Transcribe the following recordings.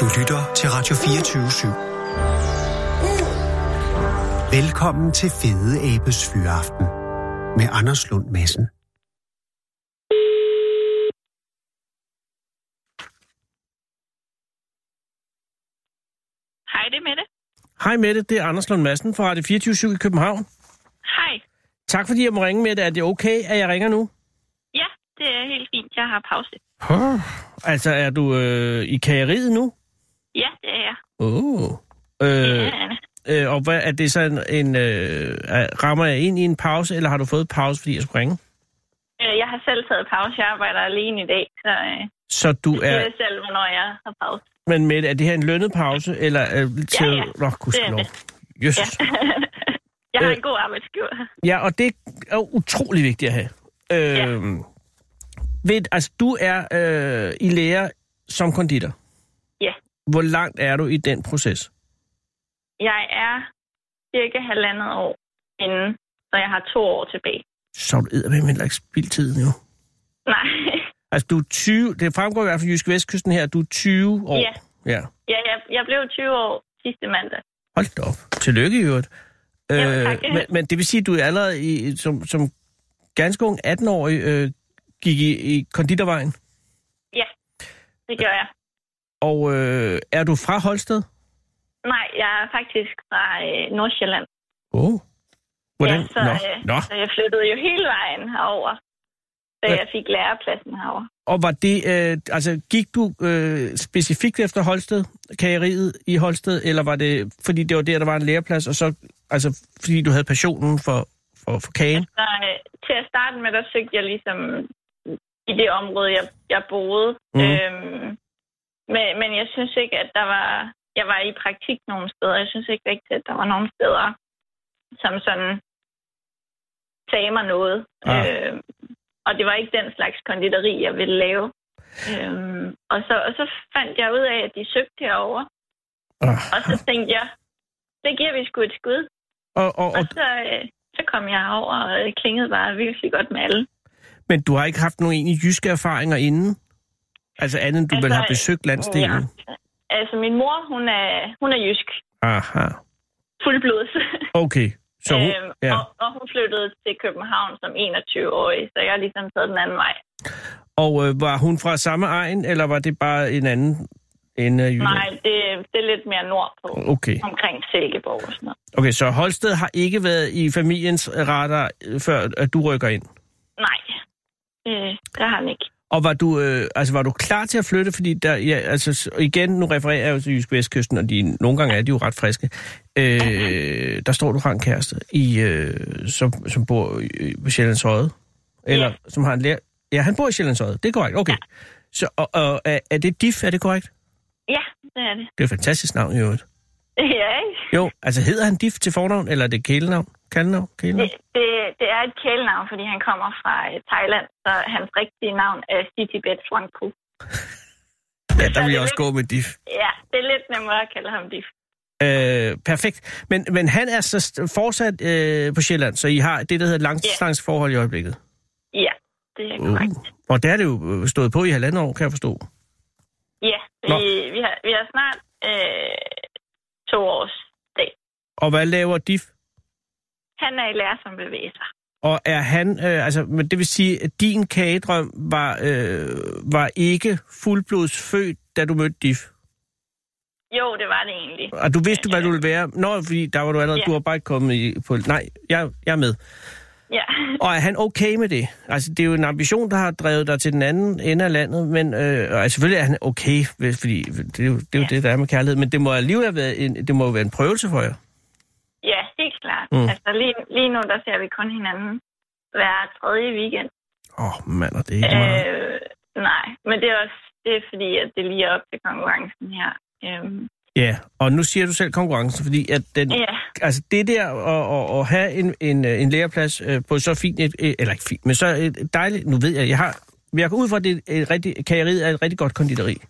Du lytter til Radio 24 /7. Velkommen til Fede Abes Fyraften med Anders Lund Madsen. Hej, det er Mette. Hej Mette, det er Anders Lund Madsen fra Radio 24 i København. Hej. Tak fordi jeg må ringe, Mette. Er det okay, at jeg ringer nu? Ja, det er helt fint. Jeg har pause. Huh. Altså, er du øh, i kageriet nu? Ja, det er jeg. Oh. Øh, ja. øh, og hvad, er det så en... en øh, rammer jeg ind i en pause, eller har du fået pause, fordi jeg skulle ringe? Øh, Jeg har selv taget pause. Jeg arbejder alene i dag, så... Øh, så du er... Jeg selv, hvornår jeg har pause. Men Mette, er det her en lønnet pause, eller er det til... Ja, ja. Nå, gudskelov. Jesus. Ja. jeg har øh, en god arbejdsgiver. Ja, og det er utrolig vigtigt at have. Øh, ja. ved, altså, du er øh, i lære som konditor. Ja. Hvor langt er du i den proces? Jeg er cirka halvandet år inden, så jeg har to år tilbage. Så er du eddermame heller ikke spildt tiden, jo. Nej. Altså, du er 20, det fremgår i hvert fald Jysk Vestkysten her, du er 20 år. Ja, ja. ja jeg, jeg blev 20 år sidste mandag. Hold da op. Tillykke i øvrigt. Ja, tak. Øh, men, men det vil sige, at du allerede i, som, som ganske ung 18-årig øh, gik i, i konditorvejen? Ja, det gør jeg. Og øh, er du fra Holsted? Nej, jeg er faktisk fra øh, Nordsjælland. Åh. Oh. Hvordan? Ja, så, Nå. Øh, Nå. så jeg flyttede jo hele vejen herover da jeg fik lærepladsen herovre. Og var det, øh, altså gik du øh, specifikt efter Holsted, kageriet i Holsted, eller var det, fordi det var der, der var en læreplads, og så, altså fordi du havde passionen for, for, for kagen? Altså, øh, til at starte med, der søgte jeg ligesom i det område, jeg, jeg boede. Mm. Øhm, men, men jeg synes ikke, at der var, jeg var i praktik nogle steder. Jeg synes ikke rigtigt, at der var nogle steder, som sådan sagde mig noget. Ah. Øh, og det var ikke den slags konditori, jeg ville lave. Øhm, og, så, og så fandt jeg ud af, at de søgte herover, Ah. og så tænkte jeg, det giver vi sgu et skud. Og, og, Og og, så, øh, så kom jeg over og øh, klingede bare virkelig godt med alle. men du har ikke haft nogen egentlig jyske erfaringer inden? Altså andet, end du altså, vel Altså, har besøgt Ja. landsdelen? Altså min mor, hun er, hun er jysk, Aha, fuldblods. okay. Så, hun- øhm, ja. og, og hun flyttede til København som 21-årig, så jeg har ligesom taget den anden vej. Og øh, var hun fra samme egen, eller var det bare en anden ende af Jylland? Nej, det, det er lidt mere nordpå, Okay. omkring Silkeborg og sådan noget. okay, så Holsted har ikke været i familiens radar, øh, før at du rykker ind? Nej, øh, der har han ikke. Og var du, øh, altså, var du klar til at flytte? Fordi der, ja, altså, s- og igen, nu refererer jeg jo til Jysk Vestkysten, og de, nogle gange er de jo ret friske. Øh, der står du har en kæreste, i, øh, som, som bor i- øh, på Sjællands Højde. Eller Ja. ja. som har en lærer. Ja, han bor i Sjællands Højde. Det er korrekt. Okay. Ja. Så, og, og, er, er det DIF? Er det korrekt? Ja, det er det. Det er et fantastisk navn i øvrigt. Ja, ikke? Jo, altså hedder han DIF til fornavn, eller er det kælenavn? Kaldenavn? Det, Kælenavn? det, det er et kælenavn, fordi han kommer fra øh, Thailand, så hans rigtige navn er Sitibet Swangpo. Ja, der er vil det jeg også lidt- gå med DIF. Ja, det er lidt nemmere at kalde ham Diff. Øh, perfekt. Men, men han er så st- fortsat øh, på Sjælland, så I har det, der hedder langdistanceforhold i øjeblikket. Ja, det er Uh. korrekt. Og der er det jo øh, stået på i halvandet år, kan jeg forstå. Ja, Nå. vi, vi, har, vi har snart øh, to års dag. Og hvad laver DIF? Han er i lære som bevæger Og er han, øh, altså, men det vil sige, at din kagedrøm var, øh, var ikke fuldblods født, da du mødte DIF? Jo, det var det egentlig. Og du vidste, hvad du ville være? Nå, fordi der var du allerede, Ja. du har bare ikke kommet i, på... Nej, jeg, jeg er med. Ja. Og er han okay med det? Altså, det er jo en ambition, der har drevet dig til den anden ende af landet, men øh, og altså, selvfølgelig er han okay, hvis- fordi det er jo det, er jo Ja. det der er med kærlighed, men det må alligevel have været en, det må jo være en prøvelse for jer. ja, helt klart. Mm. Mm. Altså, lige, lige nu, der ser vi kun hinanden hver tredje weekend. Åh, oh, mand, og det er ikke meget. Øh, nej, men det er også det er fordi, at det lige er op til konkurrencen her. Mm. Øhm, Ja, og nu siger du selv konkurrencen, fordi at den, ja, altså det der at, at, at have en, en, øh, en læreplads øh, på så fint et, øh, eller ikke fint, men så et dejligt, nu ved jeg, jeg har, men jeg går ud fra, at det er et rigtig, kageriet er et rigtig godt konditori, det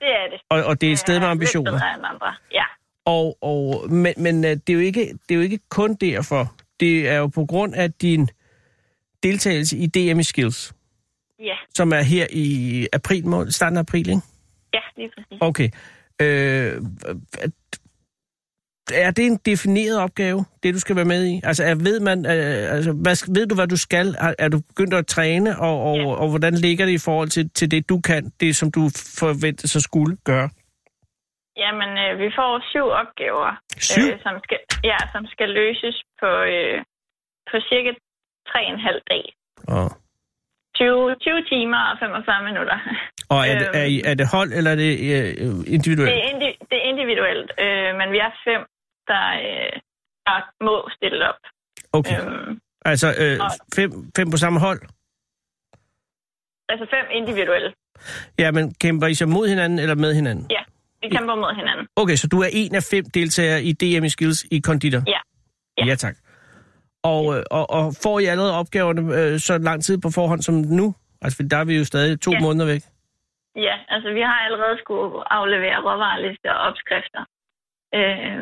er det. og, og det er et sted med Ja, ambitioner. Lidt bedre end andre. Ja, Og, og, men men øh, det, er jo ikke, det er jo ikke kun derfor. Det er jo på grund af din deltagelse i DM i Skills, ja, som er her i april måned, starten af april, ikke? ja, lige præcis. Okay. Øh, at- er det en defineret opgave, det du skal være med i? Altså, er, ved, man, øh, altså hvad, sk- ved du, hvad du skal? Er, er du begyndt at træne, og, og, Ja. og, og hvordan ligger det i forhold til, til det, du kan? Det, som du forventede så skulle gøre? Jamen, øh, vi får syv opgaver, Syv? Øh, som, skal, ja, som skal løses på, øh, på cirka 3,5 dag. Og, 20, 20 timer og 45 minutter. og er, det, er, I- er det hold, eller er det øh, Øhm. individuelt? Det er, indi- det er individuelt, øh, men vi er fem, der, øh, der må stille op. Okay. Øh, Altså øh, og- fem, fem på samme hold? altså fem individuelle. Ja, men kæmper I så mod hinanden eller med hinanden? Ja, vi kæmper mod hinanden. Okay, så du er en af fem deltagere i DM i Skills i konditor? Ja. Ja. Ja, tak. Og, øh, og, og får I allerede opgaverne øh, så lang tid på forhånd som nu? Altså, for der er vi jo stadig to Ja. måneder væk. Ja, altså vi har allerede skulle aflevere råvarelister og opskrifter. Øh,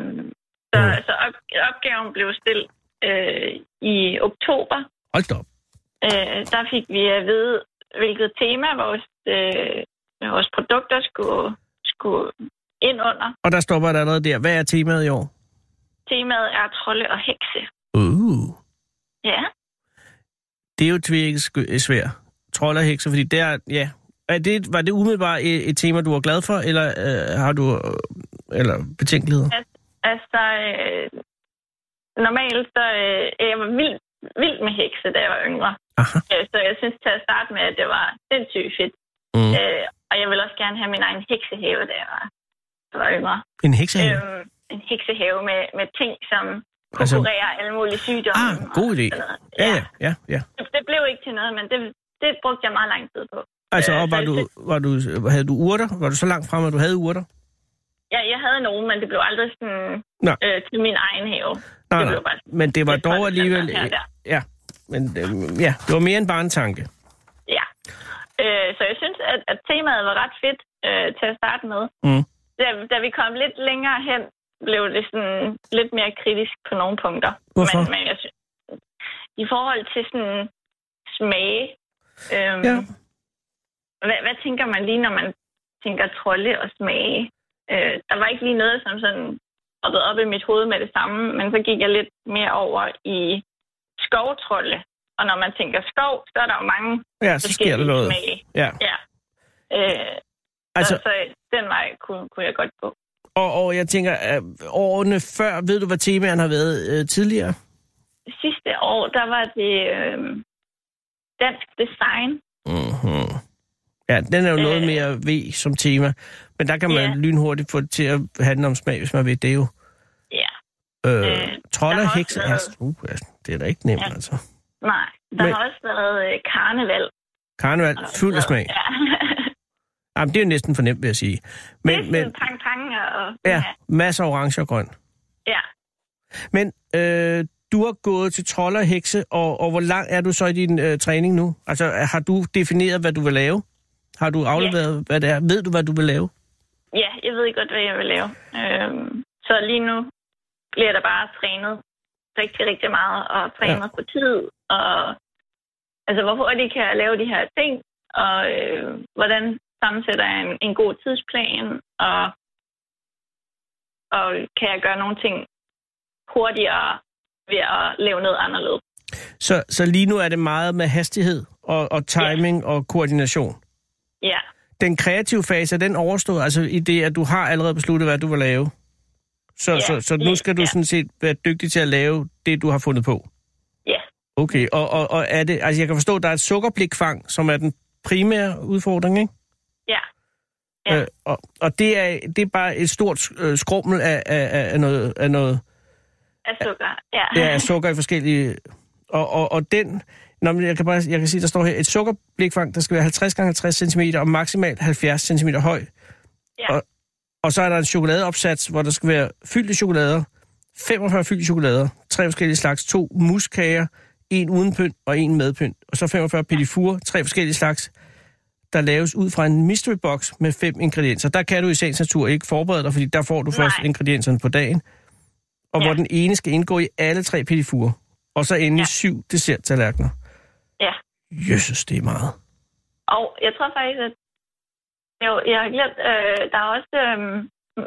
så Mm. så op, opgaven blev stillet øh, i oktober. Hold da op. Øh, der fik vi at vide, hvilket tema vores, øh, vores produkter skulle, skulle ind under. Og der står bare allerede der. Hvad er temaet i år? Temaet er trolde og hekse. Uh. Ja, Det er jo tvirkelig svært. Trold og hekser, fordi der, ja... Er det, var det umiddelbart et, et tema, du var glad for, eller øh, har du øh, eller betænkeligheder? altså øh, normalt så øh, jeg var vild, vild med hekse, da jeg var yngre. Aha. Øh, Så jeg synes til at starte med, at det var sindssygt fedt. Mm. Øh, og jeg ville også gerne have min egen heksehave, da jeg var, da jeg var yngre. En heksehave? Øhm, en heksehave med, med ting, som Altså- konkurrerer alle mulige sygdomme. Ah, god og idé. sådan noget. Ja, ja, ja. ja. Det, det blev ikke til noget, men det, det brugte jeg meget lang tid på. Altså, Øh, og var så du, var du, havde du urter? Var du så langt frem, at du havde urter? Jeg, jeg havde nogen, men det blev aldrig sådan, Nej. øh, til min egen have. Nej, det nej. blev bare Men det var lidt sådan, dog alligevel... her og der. Ja, men øh, ja, det var mere end bare en tanke. Ja. Øh, så jeg synes, at, at temaet var ret fedt øh, til at starte med. Mm. Da, da vi kom lidt længere hen, blev det sådan lidt mere kritisk på nogle punkter. Hvorfor? Men, men jeg synes, i forhold til sådan smage, øhm, Ja. hvad, hvad tænker man lige, når man tænker trolde og smage? Øh, der var ikke lige noget, som sådan hoppede op i mit hoved med det samme, men så gik jeg lidt mere over i skovtrolde. Og når man tænker skov, så er der jo mange Ja, Altså, så sker der noget. smage. Ja, Ja. Øh, altså, altså, så, så den vej kunne, kunne jeg godt gå. og, og jeg tænker, øh, årene før, ved du, hvad temaerne har været øh, tidligere? Sidste år, der var det øh, dansk design. Mm-hmm. Ja, den er jo noget Øh. mere V som tema. Men der kan man Ja. lynhurtigt få det til at handle om smag, hvis man vil. Det er jo Ja, øh, Øh, trold der har og også hekser. været- Altså, uh, altså, det er da ikke nemt, Ja. altså. nej. Der Men- Men... har også været øh, karneval. Karneval, og fuld af sådan smag. noget. Ja. Jamen, det er jo næsten for nemt, vil jeg sige. Men, men, Pang, pang og... ja, masser af orange og grøn. ja. Men øh, du har gået til trold og hekse, og, og hvor lang er du så i din øh, træning nu? Altså, er- har du defineret, hvad du vil lave? Har du afleveret, yeah. hvad det er? Ved du, hvad du vil lave? Ja, jeg ved godt, hvad jeg vil lave. Øhm, så lige nu bliver der bare trænet rigtig, rigtig meget, og trænet ja. på tid, og altså, hvor hurtigt kan jeg lave de her ting, og øh, hvordan sammensætter jeg en, en god tidsplan, og, og kan jeg gøre nogle ting hurtigere ved at lave noget anderledes. Så, så lige nu er det meget med hastighed og, og timing yeah. og koordination. Ja, Den kreative fase, er den overstået? Altså i det, at du har allerede besluttet, hvad du vil lave? Så, Ja, yeah. så, så nu lige- skal du ja. sådan set være dygtig til at lave det, du har fundet på? ja, Okay, og, og, og er det... Altså jeg kan forstå, at der er et sukkerblikfang, som er den primære udfordring, ikke? ja. Ja. Øh, og, og det er det er bare et stort øh, skrummel af, af, af- af noget af noget Af sukker. Ja. ja, af sukker i forskellige og, og, og den Nå, men jeg kan bare jeg kan sige der står her et sukkerblikfang der skal være 50 gange 50 cm og maksimalt 70 cm høj. Ja. Og, og så er der en chokoladeopsats hvor der skal være fyldte chokolader, 45 fyldte chokolader, tre forskellige slags, to muskager, en uden pynt og en med pynt, og så 45 pedifure, tre forskellige slags, der laves ud fra en mystery box med fem ingredienser. Der kan du i sagens natur ikke forberede dig, fordi der får du Nej. først ingredienserne på dagen. Og Ja. ja. hvor den ene skal indgå i alle tre pedifure. Og så endelig ja. Ja. syv desserttallerkener. ja. Jesus, det er meget. Og jeg tror faktisk, at jo, jeg har glemt, øh, der er også øh,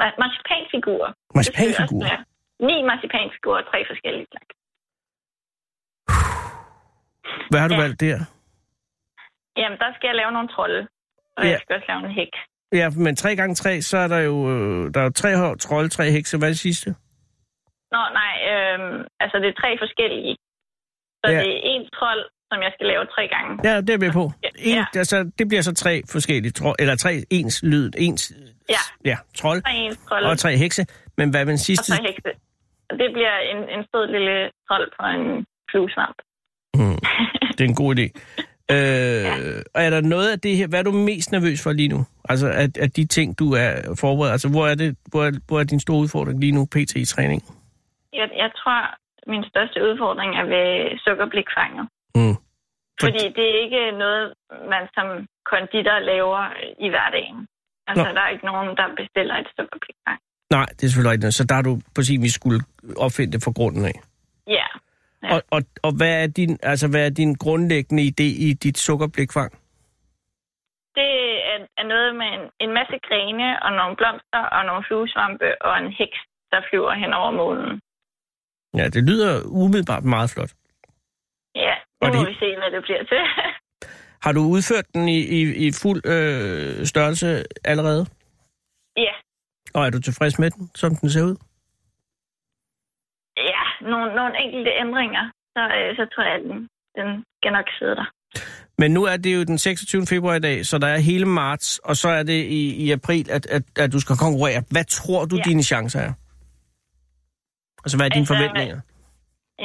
ma- marcipanfigurer. Marcipanfigur? Det skal også være Ni marcipanfigurer og tre forskellige slags. Hvad har du Ja. valgt der? Jamen, der skal jeg lave nogle trolde. Og Ja. jeg skal også lave en hæk. Ja, men 3 gange 3 så er der jo, øh, der er jo tre hår, trolde, tre hekse. Hvad er det sidste? Nå, nej, øhm, altså det er tre forskellige. Så Ja. det er en trold, som jeg skal lave tre gange. Ja, det er vi på. Ja. En, ja. altså, det bliver så tre forskellige trolde, eller tre ens lyd, ens Ja. ja, trold Tre ens trold og tre hekse. Men hvad med den og sidste? tre hekse. Og det bliver en, en sød lille trold på en fluesvamp. Mm, det er en god idé. Øh, Og er der noget af det her, hvad er du mest nervøs for lige nu? Altså, at, at de ting, du er forberedt, altså, hvor er, det, hvor, er, hvor er din store udfordring lige nu, pt. i træning? Jeg, jeg tror, min største udfordring er ved sukkerblikfanget. Mm. Fordi det er ikke noget, man som konditor laver i hverdagen. Altså, Nå. Nå. der er ikke nogen, der bestiller et sukkerblikfang. Nej, det er selvfølgelig ikke noget. Så der er du på sin vis skulle opfinde det fra grunden af. Ja. Ja. Og, og, og hvad, er din, altså, hvad er din grundlæggende idé i dit sukkerblikfang? Det er, er noget med en, en masse grene og nogle blomster og nogle fluesvampe og en heks, der flyver hen over månen. Ja, det lyder umiddelbart meget flot. Ja, Og nu må det- vi se, hvad det bliver til. Har du udført den i, i, i fuld øh, størrelse allerede? ja, Og er du tilfreds med den, som den ser ud? ja nogle, nogle enkelte ændringer, så, øh, så tror jeg, at den, den skal nok sidde der. Men nu er det jo den 26. februar i dag, så der er hele marts, og så er det i, i april, at, at, at du skal konkurrere. Hvad tror du, ja. Ja. dine chancer er? Altså, hvad er dine Altså, altså, forventninger?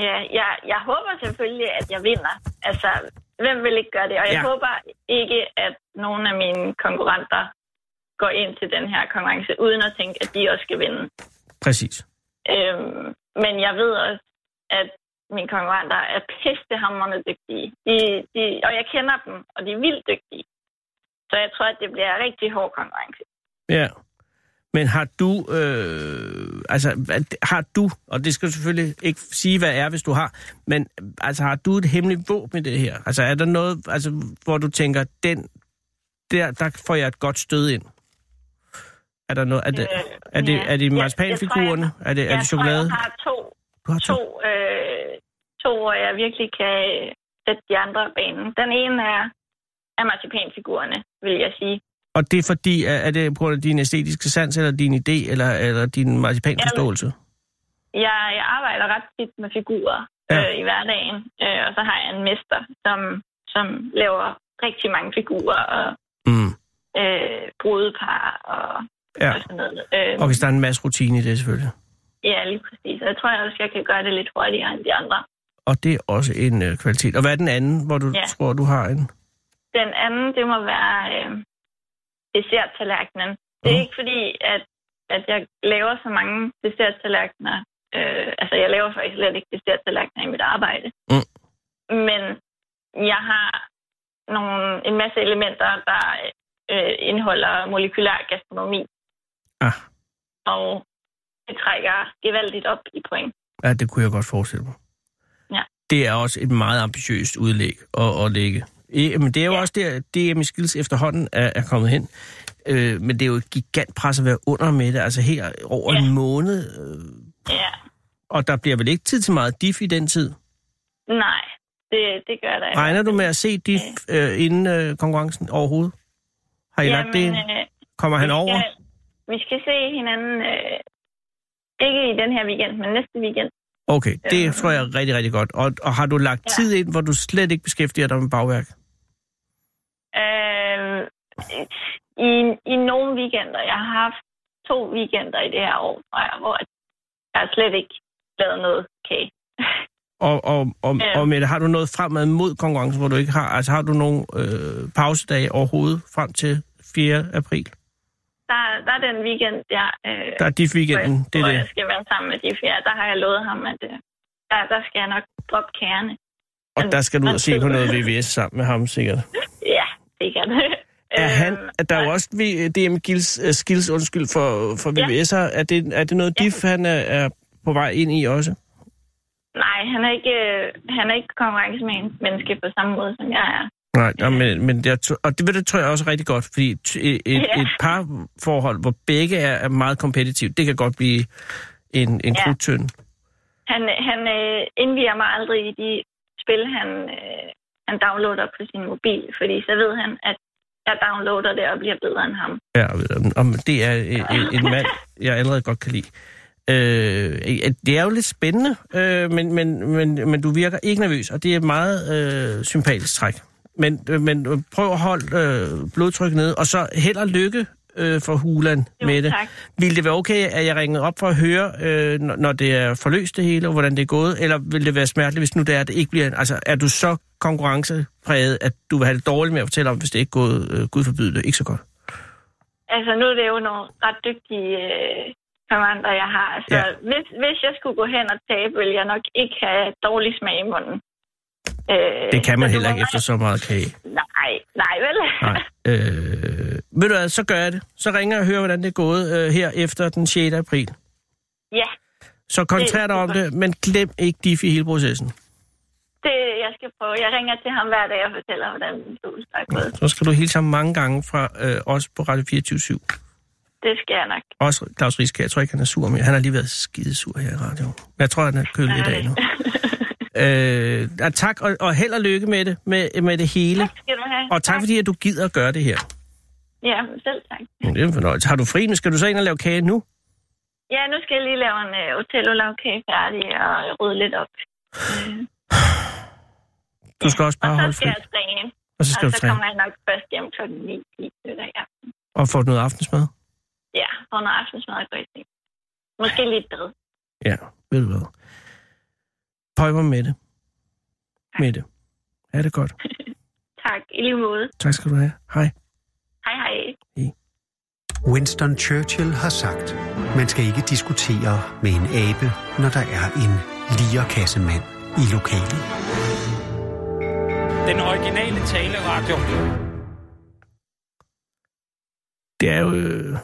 Ja, jeg, jeg håber selvfølgelig, at jeg vinder. Altså, hvem vil ikke gøre det? Og jeg Ja. ja. håber ikke, at nogen af mine konkurrenter går ind til den her konkurrence, uden at tænke, at de også skal vinde. Præcis. Øhm, men jeg ved også, at mine konkurrenter er pistehammerende dygtige. De, de, og jeg kender dem, og de er vildt dygtige. Så jeg tror, at det bliver en rigtig hård konkurrence. Ja. Men har du, øh, altså, hvad- har du, og det skal du selvfølgelig ikke sige, hvad er, hvis du har, men altså, har du et hemmeligt våben i det her? Altså, er der noget, altså, hvor du tænker, den, der, der får jeg et godt stød ind? Er der noget, er det, Øh, er det, ja. er det Jeg- jeg marcipanfigurerne? Er det, er jeg det chokolade? tror, jeg har to, Du har to, øh, to, hvor jeg virkelig kan øh, sætte de andre af banen. Den ene er, er marcipanfigurerne, vil jeg sige. Og det er fordi, er, er det på grund af din æstetiske sans, eller din idé, eller, eller din marcipanforståelse? Jeg, jeg arbejder ret tit med figurer Ja. ja. øh, i hverdagen, øh, og så har jeg en mester, som, som laver rigtig mange figurer og Mm. øh, brudepar og, Ja. ja. og sådan noget. Øh, Og hvis der er en masse rutine i det, selvfølgelig. Ja, lige præcis. Og jeg tror også, jeg kan gøre det lidt hurtigere end de andre. Og det er også en øh, kvalitet. Og hvad er den anden, hvor du Ja. tror, du har en? Den anden, det må være øh, desserttallerkenen. Det er Mhm. ikke fordi, at, at jeg laver så mange desserttallerkener. Øh, altså, jeg laver faktisk slet ikke desserttallerkener i mit arbejde. Mm. Men jeg har nogle, en masse elementer, der øh, indeholder molekylær gastronomi, Ah, og det trækker gevaldigt op i point. ja, det kunne jeg godt forestille mig. Ja. Det er også et meget ambitiøst udlæg at, at lægge. Eh, Men det er jo ja. Ja. også der, DM i Skills efterhånden er, er kommet hen. Øh, men det er jo et gigantpres at være under med det. Altså her over ja. Ja. en måned. Øh, Ja. og der bliver vel ikke tid til meget diff i den tid? Nej, det, det gør der ikke. Regner du med at se dit øh, inden øh, konkurrencen overhovedet? Har I Jamen, lagt det ind? øh, Kommer han vi over? Skal, vi skal se hinanden, øh, ikke i den her weekend, men næste weekend. Okay, det øh, tror jeg er rigtig, rigtig godt. Og, og har du lagt Ja. tid ind, hvor du slet ikke beskæftiger dig med bagværk? Øh, i, I nogle weekender, jeg har haft to weekender i det her år, tror jeg, hvor jeg har slet ikke lavet noget kage. Og, og, og, Ja. og Mette, har du noget fremad mod konkurrencen, hvor du ikke har? Altså har du nogle øh, pausedage overhovedet frem til 4. april? Der, der er den weekend, jeg, øh, Der er diff weekenden, hvor, det er hvor det. jeg skal være sammen med de fjerde. Der har jeg lovet ham, at øh, der, der skal jeg nok droppe kagerne. Og der skal du ud og se på Man- noget VVS sammen med ham, sikkert. Ja, sikkert. Er han, Øhm, er der er jo også V- DM Gills, uh, Skills, undskyld for, for Ja. VVS'er. Er det, er det noget Ja. diff, han er, er på vej ind i også? Nej, han er ikke, øh, han er ikke konkurrencemenneske på samme måde, som jeg er. Nej, ja. men, men jeg, tror- og det, ved du, tror jeg også er rigtig godt, fordi t- et, et, Ja. et parforhold, hvor begge er, er meget kompetitivt, det kan godt blive en, en ja. Ja. krudtønde. Han, han øh, indviger mig aldrig i de spil, han, øh, han downloader på sin mobil, fordi så ved han, at jeg downloader det og bliver bedre end ham. Ja, og ved du, om det er øh, øh, en mand, jeg allerede godt kan lide. Øh, øh, det er jo lidt spændende, øh, men, men, men, men du virker ikke nervøs, og det er et meget øh, sympatisk træk. Men, øh, men øh, prøv at holde øh, blodtrykket nede, og så held og lykke øh, for Hulan Jo, med det. tak. Vil det være okay, at jeg ringede op for at høre, øh, når når det er forløst det hele, og hvordan det er gået, eller vil det være smerteligt, hvis nu det er, at det ikke bliver... Altså, er du så konkurrencepræget, at du vil have det dårligt med at fortælle om, hvis det ikke er gået, øh, gud forbyde det, ikke så godt? Altså, nu er det jo nogle ret dygtige øh, kommander, jeg har. Så Ja. ja. hvis, hvis jeg skulle gå hen og tabe, ville jeg nok ikke have dårlig smag i munden. Øh, Det kan man så du heller må ikke efter meget- så meget kage. Nej, nej vel? Nej. Øh, ved du hvad, så gør jeg det. Så ringer jeg og hører, hvordan det er gået øh, her efter den 6. april. ja, Så koncentrer Det er dig om super. det, men glem ikke Diff i hele processen. det jeg skal prøve. Jeg ringer til ham hver dag og fortæller, hvordan min fødselsdag er gået. Så skal du hilse ham mange gange fra øh, os på Radio 24 Det skal jeg nok. Også Claus Rieske, jeg tror ikke, han er sur mere. Han har lige været skidesur her i radioen. Men jeg tror, han er kølet i dag nu. Øh, ja, tak, og, og held og lykke med det, med, med det hele. Tak skal du have. Og tak, fordi at du gider at gøre det her. Ja, selv tak. Det er en fornøjelse. Har du fri nu? Skal du så ind og lave kage nu? Ja, nu skal jeg lige lave en uh, Otello-lavkage færdig og rydde lidt op. Mm. Du skal også Og bare så holde fri. skal jeg træne. Og så Og skal du så træne. kommer jeg nok først hjem kl. 9 i søndag aften. Og få noget aftensmad. Ja, og noget aftensmad og går i seng. Måske lidt bad. Ja, ved du hvad. Pøjper med det. Med det. Er det godt. Tak, i lige måde. Tak skal du have. Hej. Hej hej. Winston Churchill har sagt, man skal ikke diskutere med en abe, når der er en lierkassemand i lokalet. Den originale taleradio. Det er jo... øh,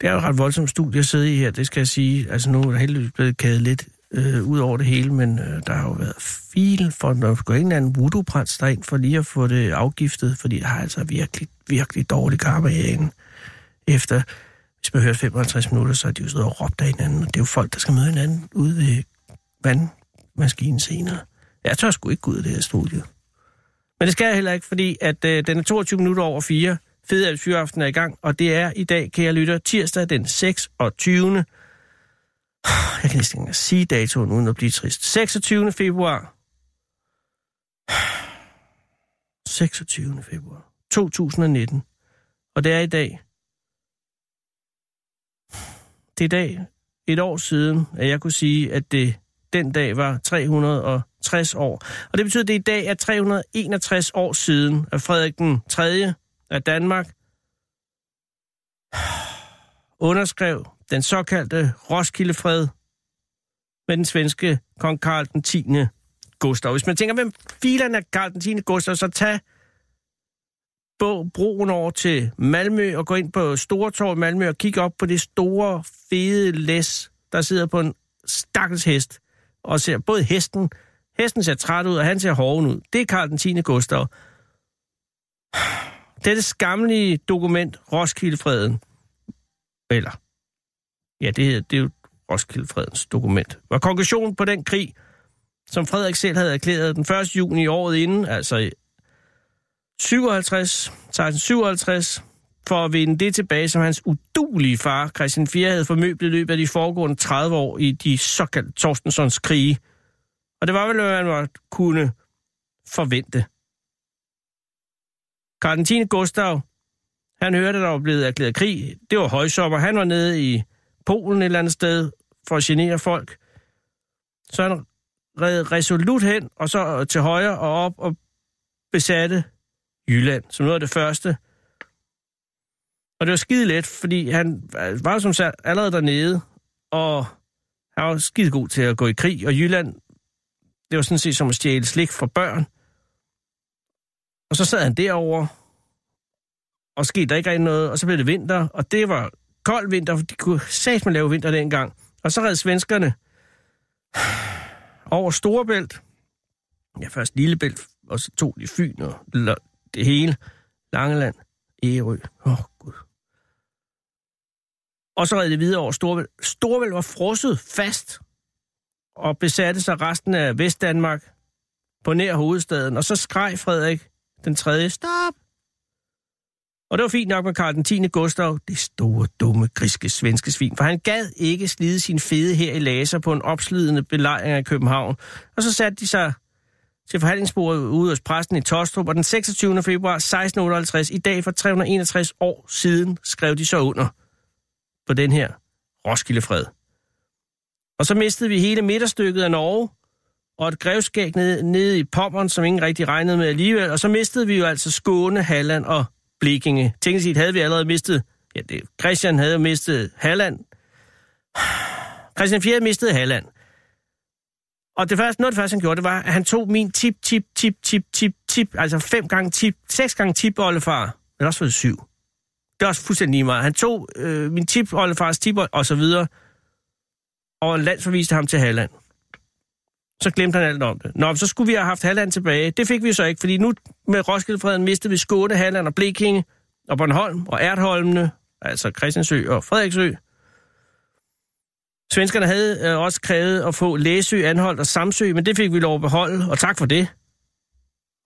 Det er jo et ret voldsomt studie at sidde i her, det skal jeg sige. Altså nu er der heldigvis blevet kædet lidt øh, ud over det hele, men øh, der har jo været fil for, når der går en eller anden voodoo der ind for lige at få det afgiftet, fordi der har altså virkelig, virkelig dårlig karma herinde. Efter, hvis man hører 55 minutter, så er de jo siddet og råbt af hinanden, og det er jo folk, der skal møde hinanden ude ved vandmaskinen senere. Jeg tør sgu ikke gå ud af det her studie. Men det skal jeg heller ikke, fordi at øh, den er 22 minutter over 4. Fede Alps Fyraften er i gang, og det er i dag, kære lytter, tirsdag den 26. Jeg kan næsten ikke engang sige datoen uden at blive trist. 26. februar. 26. februar 2019. Og det er i dag. Det er i dag et år siden, at jeg kunne sige, at det den dag var 360 år. Og det betyder, at det i dag er 361 år siden, at Frederik den 3. af Danmark underskrev den såkaldte Roskildefred med den svenske kong Karl den 10. Gustav. Hvis man tænker, hvem filen er Karl den 10. Gustav, så tag bog- broen over til Malmø og gå ind på Stortorv i Malmø og kig op på det store, fede læs, der sidder på en stakkels hest og ser både hesten, hesten ser træt ud, og han ser hården ud. Det er Karl den 10. Gustav. Dette skammelige dokument, Roskildefreden, eller, ja, det, hedder, det er jo Roskildefredens dokument, var konklusionen på den krig, som Frederik selv havde erklæret den 1. juni i året inden, altså i 57, 1657, for at vinde det tilbage, som hans udulige far, Christian 4, havde formøblet i løbet af de foregående 30 år i de såkaldte Torstensons krige. Og det var vel, hvad man måtte kunne forvente. Karl den 10. Gustav, han hørte, at der var blevet erklæret krig. Det var højsommer. Han var nede i Polen et eller andet sted for at genere folk. Så han red resolut hen, og så til højre og op og besatte Jylland, som noget af det første. Og det var skide let, fordi han var jo som sagt allerede dernede, og han var skide god til at gå i krig, og Jylland, det var sådan set som at stjæle slik fra børn. Og så sad han derovre, og skete der ikke rigtig noget, og så blev det vinter, og det var kold vinter, for de kunne sagt man lave vinter dengang. Og så red svenskerne over Storebælt, ja først Lillebælt, og så tog de Fyn og L- det hele. Langeland, Ærø. Åh, oh, Gud. Og så red det videre over Storvæld. Storvæld var frosset fast og besatte sig resten af Vestdanmark på nær hovedstaden. Og så skreg Frederik den tredje, stop! Og det var fint nok med Karl den 10. Gustav, det store, dumme, griske svenske svin, for han gad ikke slide sin fede her i laser på en opslidende belejring af København. Og så satte de sig til forhandlingsbordet ude hos præsten i Tostrup, og den 26. februar 1658, i dag for 361 år siden, skrev de så under på den her Roskildefred. Og så mistede vi hele midterstykket af Norge, og et grevskab nede, nede i Pommern, som ingen rigtig regnede med alligevel. Og så mistede vi jo altså Skåne, Halland og Blekinge. Teknisk set havde vi allerede mistet... Ja, det, Christian havde jo mistet Halland. Christian 4. mistede Halland. Og det første, noget af det første, han gjorde, det var, at han tog min tip, tip, tip, tip, tip, tip, altså fem gange tip, seks gange tip, oldefar. Men også fået syv. Det er også fuldstændig lige meget. Han tog øh, min tip, oldefars tip, og så videre, og landsforviste ham til Halland. Så glemte han alt om det. Nå, men så skulle vi have haft Halland tilbage. Det fik vi så ikke, fordi nu med Roskildefreden mistede vi Skåne, Halland og Blekinge, og Bornholm og Ertholmene, altså Christiansø og Frederiksø. Svenskerne havde øh, også krævet at få Læsø, Anholdt og Samsø, men det fik vi lov at beholde, og tak for det.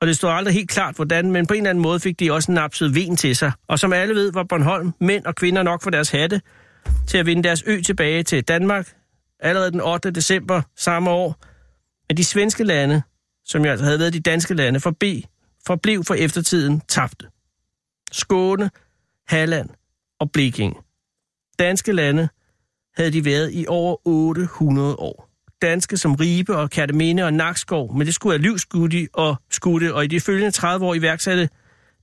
Og det stod aldrig helt klart, hvordan, men på en eller anden måde fik de også napset ven til sig. Og som alle ved, var Bornholm mænd og kvinder nok for deres hatte til at vinde deres ø tilbage til Danmark allerede den 8. december samme år. Men de svenske lande, som jo altså havde været de danske lande, forbi, forblev for eftertiden tabte. Skåne, Halland og Blekinge. Danske lande havde de været i over 800 år. Danske som Ribe og Kærteminde og Nakskov, men det skulle have livsskudde og skudde, og i de følgende 30 år iværksatte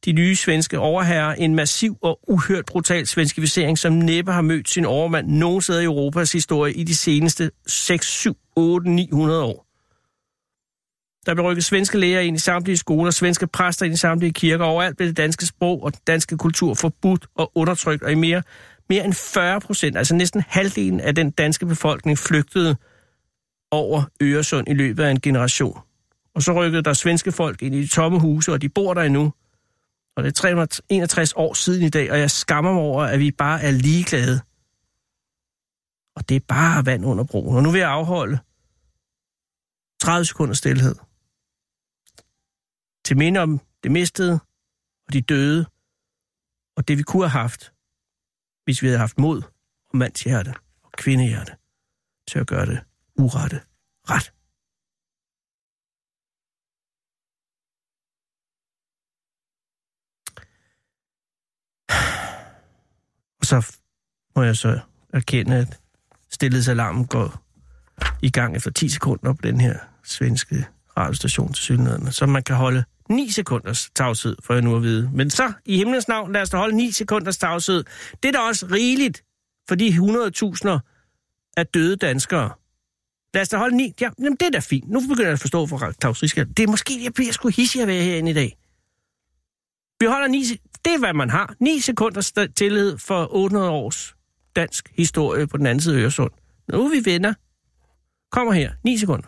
de nye svenske overherrer en massiv og uhørt brutal svenskificering, som næppe har mødt sin overmand nogen steder i Europas historie i de seneste 6, 7, 8, 900 år. Der blev rykket svenske læger ind i samtlige skoler, svenske præster ind i samtlige kirker, og overalt blev det danske sprog og den danske kultur forbudt og undertrykt, og i mere, mere end 40 procent, altså næsten halvdelen af den danske befolkning, flygtede over Øresund i løbet af en generation. Og så rykkede der svenske folk ind i de tomme huse, og de bor der endnu. Og det er 361 år siden i dag, og jeg skammer mig over, at vi bare er ligeglade. Og det er bare vand under broen. Og nu vil jeg afholde 30 sekunder stillhed til minde om det mistede og de døde, og det vi kunne have haft, hvis vi havde haft mod og mandshjerte og kvindehjerte til at gøre det urette ret. Og så må jeg så erkende, at stillhedsalarmen går i gang efter 10 sekunder på den her svenske radiostation til synligheden, så man kan holde 9 sekunders tavshed, for jeg nu at vide. Men så, i himlens navn, lad os da holde 9 sekunders tavshed. Det er da også rigeligt for de 100.000 af døde danskere. Lad os da holde 9. Ja, jamen, det er da fint. Nu begynder jeg at forstå for Claus Rieskjær. Det er måske, jeg bliver sgu hissig at være herinde i dag. Vi holder 9 se- Det er, hvad man har. 9 sekunders sta- tillid for 800 års dansk historie på den anden side af Øresund. Nu er vi venner. Kommer her. 9 sekunder.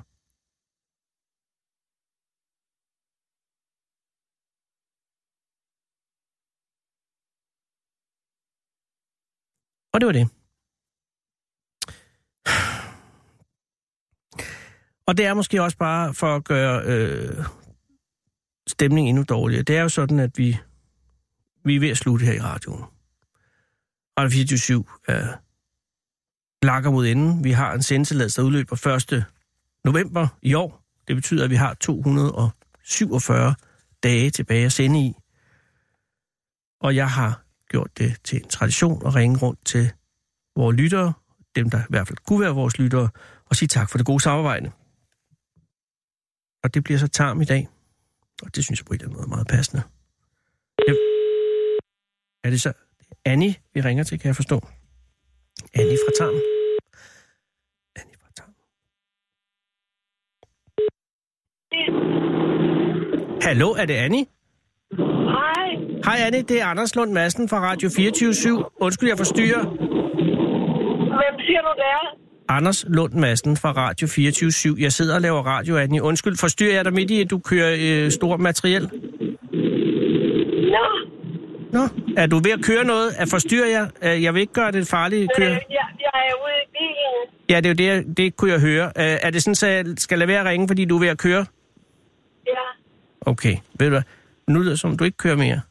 Og det var det. Og det er måske også bare for at gøre øh, stemningen endnu dårligere. Det er jo sådan, at vi, vi er ved at slutte her i radioen. Radio 24 er lakker mod enden. Vi har en sendetilladelse, der udløber 1. november i år. Det betyder, at vi har 247 dage tilbage at sende i. Og jeg har gjort det til en tradition at ringe rundt til vores lyttere, dem der i hvert fald kunne være vores lyttere, og sige tak for det gode samarbejde. Og det bliver så tarm i dag. Og det synes jeg på en eller anden måde er meget passende. Jeg... Er det så Annie, vi ringer til, kan jeg forstå? Annie fra Tarm. Annie fra Tarm. Hallo, er det Annie? Hej. Hej Anne, det er Anders Lund Madsen fra Radio 24 Undskyld, jeg forstyrrer. Hvem siger du, det er? Anders Lund Madsen fra Radio 24 Jeg sidder og laver radio, Anne. Undskyld, forstyrrer jeg dig midt i, at du kører øh, stor materiel? Nå, Nå. Er du ved at køre noget? Er forstyrrer jeg? Øh, Jeg vil ikke gøre det farlige køre. øh, jeg, jeg er ude i bilen. Ja, det er jo det, jeg- det kunne jeg høre. Øh, Er det sådan, så jeg skal lade være at ringe, fordi du er ved at køre? Ja, Okay, ved du hvad? Nu lyder det som, om, du ikke kører mere.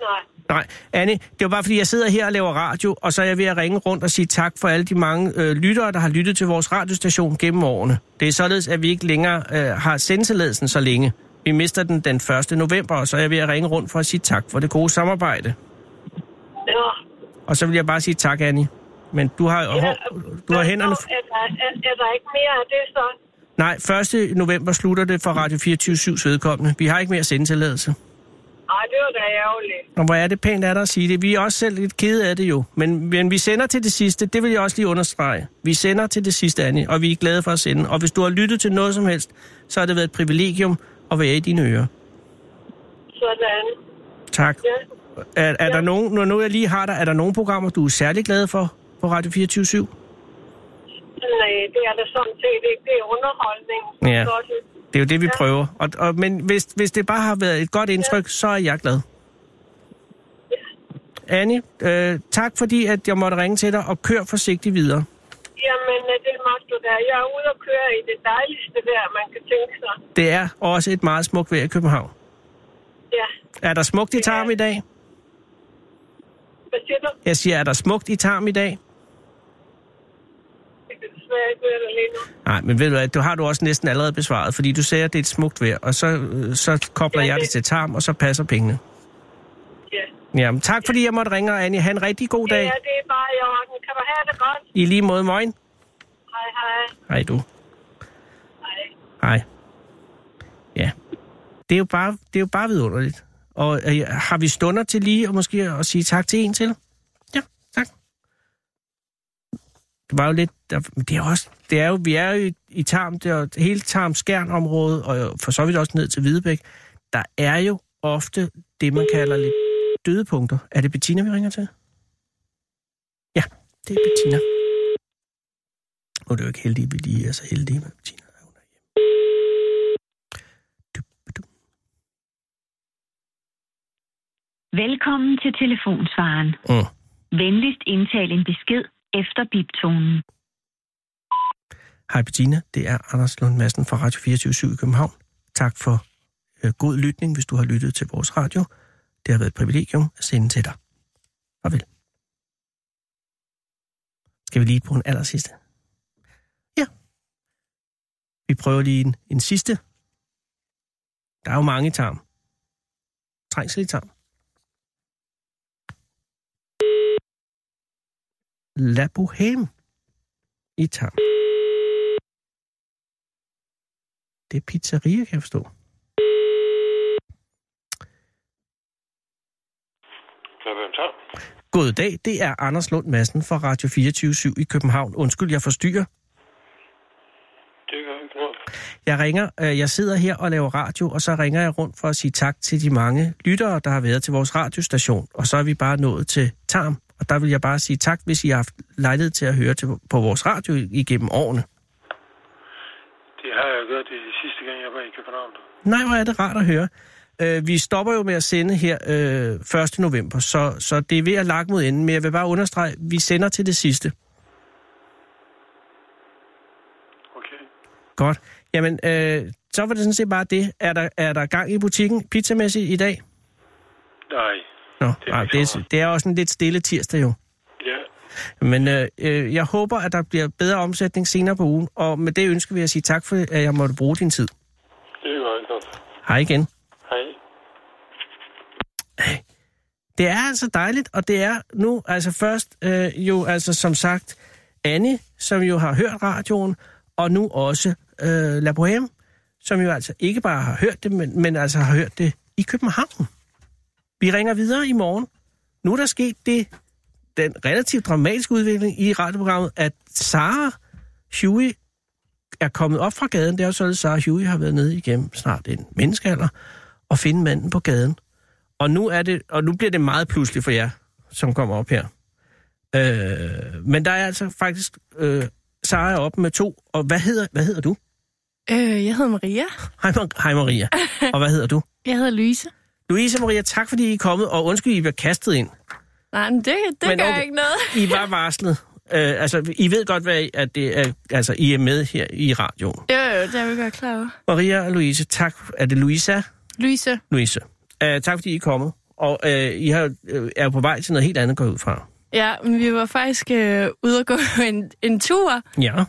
nej. Nej, Anne, det var bare fordi, jeg sidder her og laver radio, og så er jeg ved at ringe rundt og sige tak for alle de mange øh, lyttere, der har lyttet til vores radiostation gennem årene. Det er således, at vi ikke længere øh, har sendtilladelsen så længe. Vi mister den den 1. november, og så er jeg ved at ringe rundt for at sige tak for det gode samarbejde. Nå. Og så vil jeg bare sige tak, Annie. Men du har, ja, øh, du har hænderne... Nå, Er der, er, er der ikke mere af det så? Nej, 1. november slutter det for Radio 24-7's vedkommende. Vi har ikke mere sendetilladelse. Ej, det var da ærgerligt. Og hvor er det pænt af dig at sige det. Vi er også selv lidt kede af det jo. Men, men vi sender til det sidste. Det vil jeg også lige understrege. Vi sender til det sidste, Annie, og vi er glade for at sende. Og hvis du har lyttet til noget som helst, så har det været et privilegium at være i dine ører. Sådan. Tak. Ja. Er, er der nogen, når nu jeg lige har dig, er der nogle programmer, du er særlig glad for på Radio 24 Nej, øh, det er der sådan set ikke. Det er underholdning. Ja. Sådan. Det er jo det, vi prøver. Og, og, men hvis, hvis det bare har været et godt indtryk, så er jeg glad. Annie, øh, tak fordi, at jeg måtte ringe til dig, og kør forsigtigt videre. Jamen, øh, det magter du der. Jeg er ude og køre i det dejligste vejr, man kan tænke sig. Det er også et meget smukt vejr i København. Ja. Er der smukt i Tarm i dag? Hvad siger du? Jeg siger, er der smukt i Tarm i dag? Det kan desværre ikke høre dig lige nu. Nej, men ved du hvad, du har du også næsten allerede besvaret, fordi du sagde, at det er et smukt vejr, og så, øh, så kobler Ja, jeg det- det til Tarm, og så passer pengene. Ja. Jamen, tak fordi jeg måtte ringe, og Annie. Ha' en rigtig god dag. Ja, det er bare i orden. Kan du have det godt? I lige måde, morgen. Hej, hej. Hej du. Hej. Hej. Ja. Det er jo bare, det er jo bare vidunderligt. Og øh, har vi stunder til lige og måske at sige tak til en til? Ja, tak. Det var jo lidt... Der, men det er også... Det er jo, vi er jo i, i Tarm, det er jo hele tarm området og jo for så vidt også ned til Hvidebæk. Der er jo ofte det, man kalder lidt døde punkter. Er det Bettina, vi ringer til? Ja, det er Bettina. Nu er det jo ikke heldigt, vi lige er så heldige med Bettina. Hun er Velkommen til telefonsvaren. Mm. Venligst indtal en besked efter biptonen. Hej Bettina, det er Anders Lund Madsen fra Radio 24 i København. Tak for øh, god lytning, hvis du har lyttet til vores radio. Det har været et privilegium at sende til dig. Farvel. Skal vi lige på en aller sidste? Ja. Vi prøver lige en, en sidste. Der er jo mange i tarm. Trængsel i tarm. La Bohème i tarm. Det er pizzeria, kan jeg forstå. Klapømtang. God dag, det er Anders Lund Madsen fra Radio 24 i København. Undskyld, jeg forstyrrer. Det gør ikke noget. Jeg ringer, øh, jeg sidder her og laver radio, og så ringer jeg rundt for at sige tak til de mange lyttere, der har været til vores radiostation. Og så er vi bare nået til Tarm, og der vil jeg bare sige tak, hvis I har haft lejlighed til at høre til, på vores radio igennem årene. Det har jeg gjort det de sidste gang, jeg var i København. Nej, hvor er det rart at høre. Øh, vi stopper jo med at sende her øh, 1. november, så, så det er ved at lakke mod enden, men jeg vil bare understrege, vi sender til det sidste. Okay. Godt. Jamen, øh, så var det sådan set bare det. Er der, er der gang i butikken pizzamæssigt i dag? Nej. Nå, er det, nej, ikke det, så er, meget. det er også en lidt stille tirsdag jo. Ja. Men øh, øh, jeg håber, at der bliver bedre omsætning senere på ugen, og med det ønsker vi at sige tak for, at jeg måtte bruge din tid. Det gør ikke noget. Hej igen. Hej. Det er altså dejligt, og det er nu altså først øh, jo altså som sagt Anne, som jo har hørt radioen, og nu også øh, La Bohème, som jo altså ikke bare har hørt det, men, men altså har hørt det i København. Vi ringer videre i morgen. Nu er der sket det, den relativt dramatiske udvikling i radioprogrammet, at Sara Huey er kommet op fra gaden. Det er jo sådan, at Sara Huey har været nede igennem snart en menneskealder og finde manden på gaden. Og nu, er det, og nu bliver det meget pludseligt for jer, som kommer op her. Øh, men der er altså faktisk... Øh, Sara er oppe med to. Og hvad hedder, hvad hedder du? Øh, jeg hedder Maria. Hej, Mar- hej Maria. Og hvad hedder du? Jeg hedder Louise. Louise og Maria, tak fordi I er kommet, og undskyld, I var kastet ind. Nej, men det, det Men men gør okay. okay. ikke noget. I var varslet. Øh, altså, I ved godt, hvad I, at det er, altså, I er med her i radioen. Jo, jo, det er vi godt klar over. Maria og Louise, tak. Er det Louisa? Louise. Louise. Øh, tak fordi I er kommet. Og øh, I har, øh, er jo på vej til noget helt andet, går jeg ud fra. Ja, men vi var faktisk øh, ude at gå en, en tur, Ja.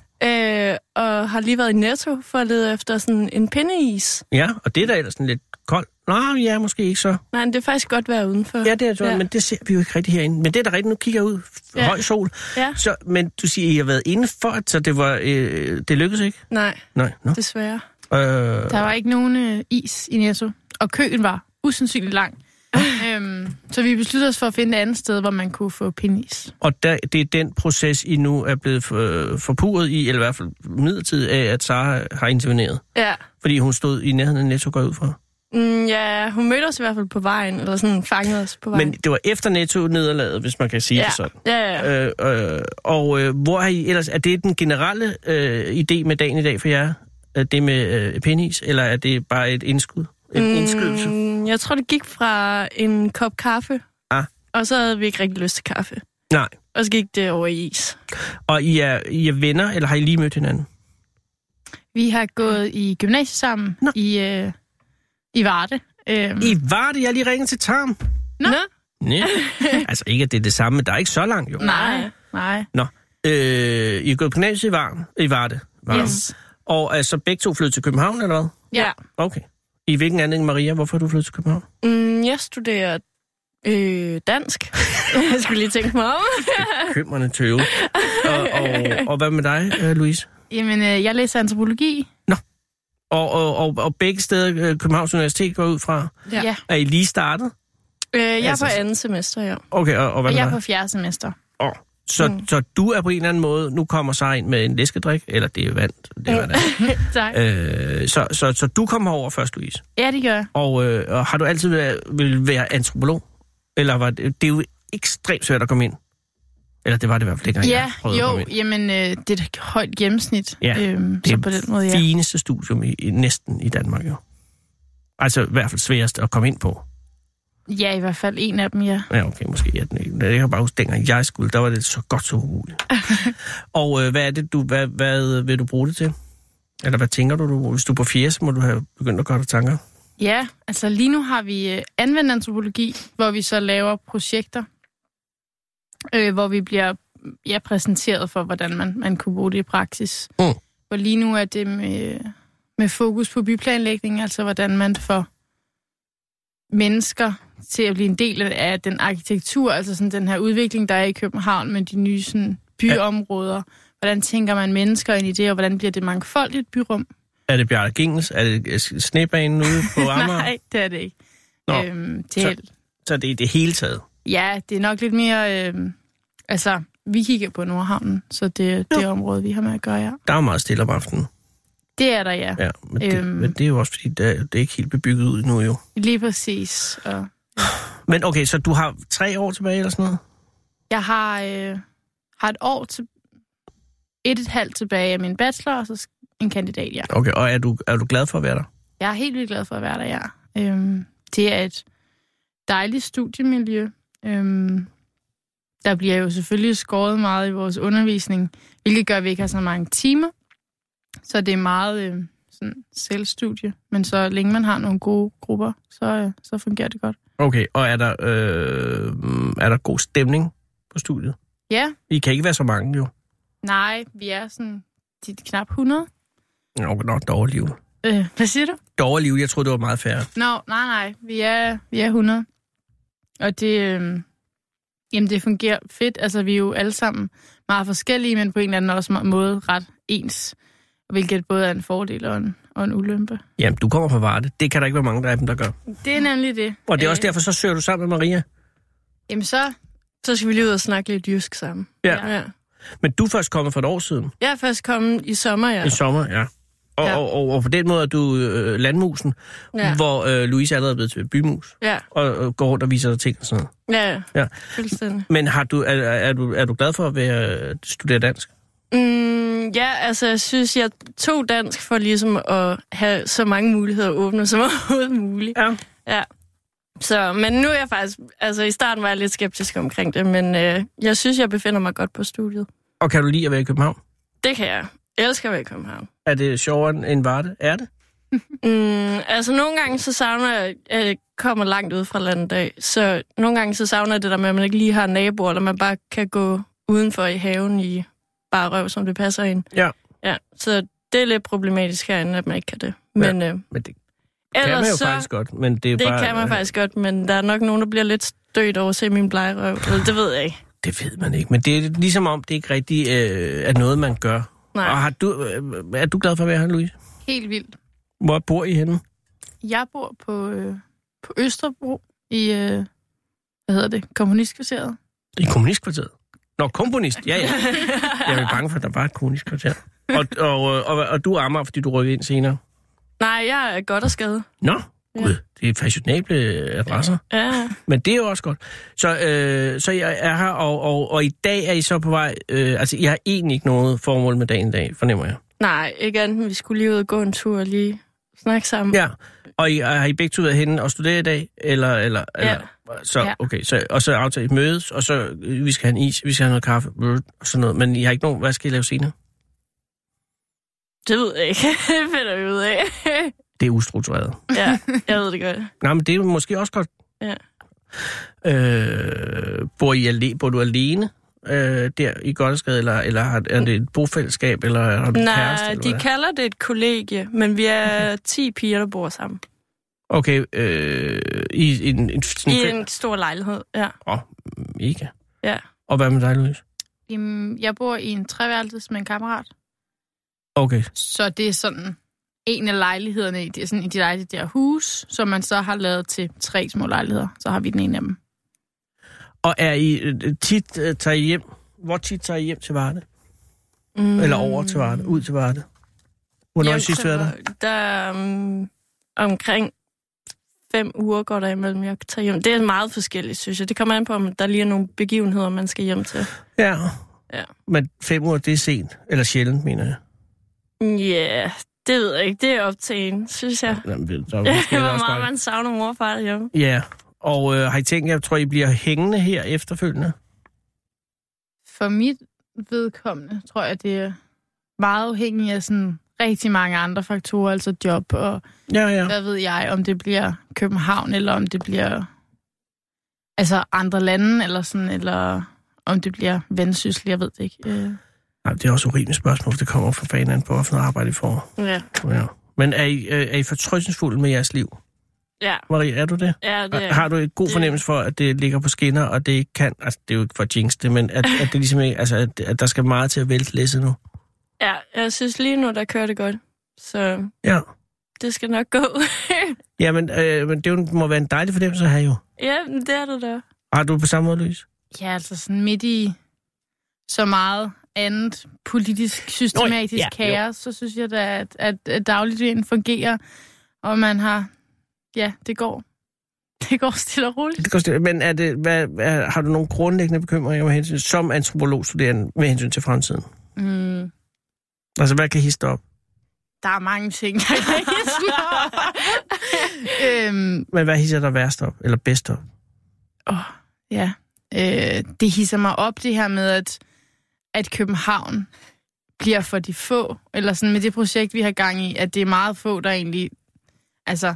øh, og har lige været i Netto for at lede efter sådan en pindeis. Ja, og det er da ellers sådan lidt koldt. Nå, ja, måske ikke så. Nej, men det er faktisk godt være udenfor. Ja, det er sådan, ja. Ja. men det ser vi jo ikke rigtig herinde. Men det er da rigtigt, nu kigger jeg ud. Ja. Ja. Høj sol. Ja. Så, men du siger, I har været inde for, så det, var, øh, det lykkedes ikke? Nej, Nej, nå. desværre. Øh, Der var ikke nogen øh, is i Netto, og køen var usandsynligt lang. øhm, så vi besluttede os for at finde et andet sted, hvor man kunne få pindis. og der, det er den proces, I nu er blevet for, forpuret i, eller i hvert fald midlertidigt af, at Sara har interveneret. Ja. Fordi hun stod i nærheden af Netto, går jeg ud fra. Mm, ja, hun mødte os i hvert fald på vejen, eller sådan fangede os på vejen. Men det var efter Netto-nederlaget, hvis man kan sige ja. det sådan. ja, ja, ja. Øh, øh, og øh, hvor har I ellers... Er det den generelle øh, idé med dagen i dag for jer? Øh, Det med øh, penis? Eller er det bare et indskud? En mm. indskydelse? Mm, jeg tror, det gik fra en kop kaffe, Ah. og så havde vi ikke rigtig lyst til kaffe. Nej. Og så gik det over i is. Og I er, I er venner, eller har I lige mødt hinanden? Vi har gået i gymnasiet sammen Nå. i, øh, i Varde. Øhm, I var det, jeg lige ringede til Tarm. Nå. Nej. altså ikke, at det er det samme, men der er ikke så langt jo. Nej, nej. Nå. Øh, I er gået på gymnasiet i, Varm, i Varde. Varm. Yes. Og er så begge to flyttet til København, eller hvad? Ja. Okay. I hvilken anledning, Maria? Hvorfor er du flyttet til København? Mm, jeg studerer øh, dansk. jeg skulle lige tænke mig om. Kømmerne tøve. og, og, og hvad med dig, øh, Louise? Jamen, øh, jeg læser antropologi. Og, og, og, og begge steder, øh, Københavns Universitet går ud fra, Ja. ja. er I lige startet? Øh, jeg er Altså, på andet semester, ja. Okay, og, og hvad Og med jeg er dig? på fjerde semester. Åh, Så, Mm. så du er på en eller anden måde, nu kommer så ind med en læskedrik, eller det er vand, det er vand. Tak. øh, så, så, så du kommer over først, Louise. Ja, det gør jeg. Og, øh, og har du altid været, vil være antropolog? Eller var det, det er jo ekstremt svært at komme ind. Eller det var det i hvert fald dengang, Ja, jeg prøvede at jo, komme ind. jamen, øh, det er et højt gennemsnit. Ja, øhm, Det så er på den måde, ja. fineste studium i, i, næsten i Danmark, jo. Altså i hvert fald sværest at komme ind på. Ja, i hvert fald en af dem, ja. Ja, okay, måske er den ikke. Jeg kan bare huske, dengang jeg skulle, der var det så godt så umuligt. og øh, hvad er det, du, hvad, hvad øh, vil du bruge det til? Eller hvad tænker du, du, hvis du er på 80, så må du have begyndt at gøre dig tanker? Ja, altså lige nu har vi øh, anvendt antropologi, hvor vi så laver projekter, øh, hvor vi bliver ja, præsenteret for, hvordan man, man kunne bruge det i praksis. Mm. Hvor lige nu er det med, med fokus på byplanlægning, altså hvordan man får mennesker til at blive en del af den arkitektur, altså sådan den her udvikling, der er i København med de nye sådan, byområder. Hvordan tænker man mennesker ind i det, og hvordan bliver det mangfoldigt byrum? Er det Bjarke Gingels? Er det øh, snebanen ude på Amager? Nej, det er det ikke. Nå, Øhm, det så- er, Så det er det hele taget. Ja, det er nok lidt mere... Øh, altså, vi kigger på Nordhavnen, så det er det område, vi har med at gøre, ja. Der er meget stille om aftenen. Det er der, ja. ja. Ja, men, det, Øhm. men det er jo også, fordi det, det er ikke helt bebygget ud nu jo. Lige præcis. Og Men okay, så du har tre år tilbage eller sådan noget? jeg har, øh, har et år til... Et og et halvt tilbage af min bachelor, og så sk- en kandidat, ja. Okay, og er du, er du glad for at være der? Jeg er helt vildt glad for at være der, ja. Øhm, det er et dejligt studiemiljø. Øhm, der bliver jo selvfølgelig skåret meget i vores undervisning, hvilket gør, at vi ikke har så mange timer. Så det er meget øh, sådan selvstudie. Men så længe man har nogle gode grupper, så, øh, så fungerer det godt. Okay, og er der, øh, er der god stemning på studiet? Ja, I kan ikke være så mange jo. nej, vi er sådan de knap 100. Nå, nå, dårlig Øh, hvad siger du? Dårlig liv, jeg troede, det var meget færre. Nå, nej, nej. Vi er, vi er 100. Og det, øh, jamen det fungerer fedt. Altså, vi er jo alle sammen meget forskellige, men på en eller anden også må- måde ret ens. Hvilket både er en fordel og en, og en ulempe. Jamen, du kommer fra Varde. Det kan der ikke være mange der af dem, der gør. Det er nemlig det. Og det er også Øh, derfor, så søger du sammen med Maria. Jamen så, Så skal vi lige ud og snakke lidt jysk sammen. Ja. Ja. Men du er først kommet for et år siden. Jeg er først kommet i sommer, ja. I sommer, ja. Og, Ja. og, og, og på den måde er du øh, landmusen, ja. Ja. hvor øh, Louise allerede er blevet til bymus. Ja, Og, og går rundt og viser dig ting og sådan noget. ja, ja. Ja. fuldstændig. Men har du, er, er, du, er du glad for at være, øh, studere dansk? Mm, ja, altså jeg synes, jeg tog dansk for ligesom at have så mange muligheder åbne som overhovedet muligt. Ja. Ja, Så, men nu er jeg faktisk... Altså, i starten var jeg lidt skeptisk omkring det, men øh, jeg synes, jeg befinder mig godt på studiet. Og kan du lide at være i København? Det kan jeg. Jeg elsker at være i København. Er det sjovere end- end Varde? Er det? Mm, altså, nogle gange så savner jeg... Jeg kommer langt ud fra landet af, så nogle gange så savner jeg det der med, at man ikke lige har naboer, eller man bare kan gå udenfor i haven i bare røv, som det passer ind. Ja. Ja, så det er lidt problematisk herinde, at man ikke kan det. Men øh, Men det kan ellers man jo så... faktisk godt. Men det er Det bare, kan man faktisk godt, men der er nok nogen, der bliver lidt stødt over at se min blegerøv. Eller, det ved jeg ikke. Det ved man ikke. Men det er ligesom om, det ikke rigtig øh, er noget, man gør. Nej. Og har du, øh, er du glad for at være her, Louise? Helt vildt. Hvor bor I henne? Jeg bor på, øh, på Østerbro i, øh, hvad hedder det, kommunistkvarteret. I kommunistkvarteret. Nå, komponist. Ja, ja. Jeg er bange for, at der var et kommunistkvarter. Og, og, øh, og, og du er Amager, fordi du rykker ind senere. Nej, jeg er godt og skadet. Nå, Ja. gud, det er fashionable adresser. Ja, Men det er jo også godt. Så, øh, så jeg er her, og, og, og i dag er I så på vej... Øh, altså, jeg har egentlig ikke noget formål med dagen i dag, fornemmer jeg. nej, ikke andet. Vi skulle lige ud og gå en tur og lige snakke sammen. Ja, og I, har I begge to været henne og studeret i dag? Eller, eller, Ja. eller så, Ja. okay, så, og så aftale et mødes, og så øh, vi skal have en is, vi skal have noget kaffe, brrr, og sådan noget. Men I har ikke nogen, hvad skal I lave senere? Det ved jeg ikke. det finder vi ud af. Det er ustruktureret. ja, jeg ved det godt. Nej, men det er måske også godt. Ja. Øh, bor, I alene, bor du alene øh, der i Gotteskade, eller, eller har, er det et bofællesskab, eller har du en kæreste? Nej, eller de hvad? kalder det et kollegie, men vi er 10 piger, der bor sammen. Okay, øh, i, i en, en, sådan I en, en stor lejlighed, ja. Åh, mega. Ja. Og hvad med dig, Louise? Jamen, jeg bor i en treværelses med en kammerat, Okay, så det er sådan en af lejlighederne i det, er sådan, i det, der, det der hus, som man så har lavet til tre små lejligheder. Så har vi den ene af dem. og er I øh, tit øh, tager I hjem? Hvor tit tager I hjem til Varde? Mm. Mm. Eller over til Varde? Ud til Varde? Hvornår har I Hjem sidst til været der? mig. Der um, omkring fem uger går der imellem, jeg tager hjem. Det er meget forskelligt, synes jeg. Det kommer an på, om der lige er nogle begivenheder, man skal hjem til. Ja. Ja. Men fem uger, det er sent. Eller sjældent, mener jeg. Ja, yeah, det ved jeg ikke. Det er op til en, synes jeg. Jamen, det- der er måske Hvor også meget bare- man savner mor og far derhjemme. Ja, og øh, har I tænkt, jeg tror, I bliver hængende her efterfølgende? For mit vedkommende, tror jeg, det er meget afhængigt af sådan rigtig mange andre faktorer, altså job og Ja, ja. hvad ved jeg, om det bliver København, eller om det bliver altså andre lande, eller sådan, eller om det bliver vendsyssel, jeg ved det ikke. Øh, Nej, det er også et urimeligt spørgsmål, for det kommer fra fanden an på, hvad for noget arbejde I får. Ja, Ja. Men er I, øh, er I fortrystningsfulde med jeres liv? ja, Marie, er du det? ja det er. Har du et god Det- fornemmelse for, at det ligger på skinner, og det ikke kan, altså det er jo ikke for at jinx det, men at, at det ligesom ikke, altså at, at der skal meget til at vælte læsset nu? ja, jeg synes lige nu, der kører det godt. Så Ja. det skal nok gå. Ja, men, øh, men det er jo- må være en dejlig fornemmelse at have jo. ja, men det er det da. Har du det på samme måde, Louise? ja, altså sådan midt i så meget andet politisk, systematisk ja, ja, jo. kaos, så synes jeg da, at, at, at dagligdagen fungerer, og man har, ja, det går. Det går stille og roligt. Det går stille. Men er det, hvad, er, har du nogle grundlæggende bekymringer med hensyn, som antropologstuderende med hensyn til fremtiden? Mm. Altså, hvad kan hisse dig op? Der er mange ting, der kan hisse mig op. øhm, Men hvad hisser dig værst op? Eller bedst op? åh, ja. Øh, det hisser mig op, det her med, at, at København bliver for de få. Eller sådan med det projekt, vi har gang i, at det er meget få, der egentlig... Altså,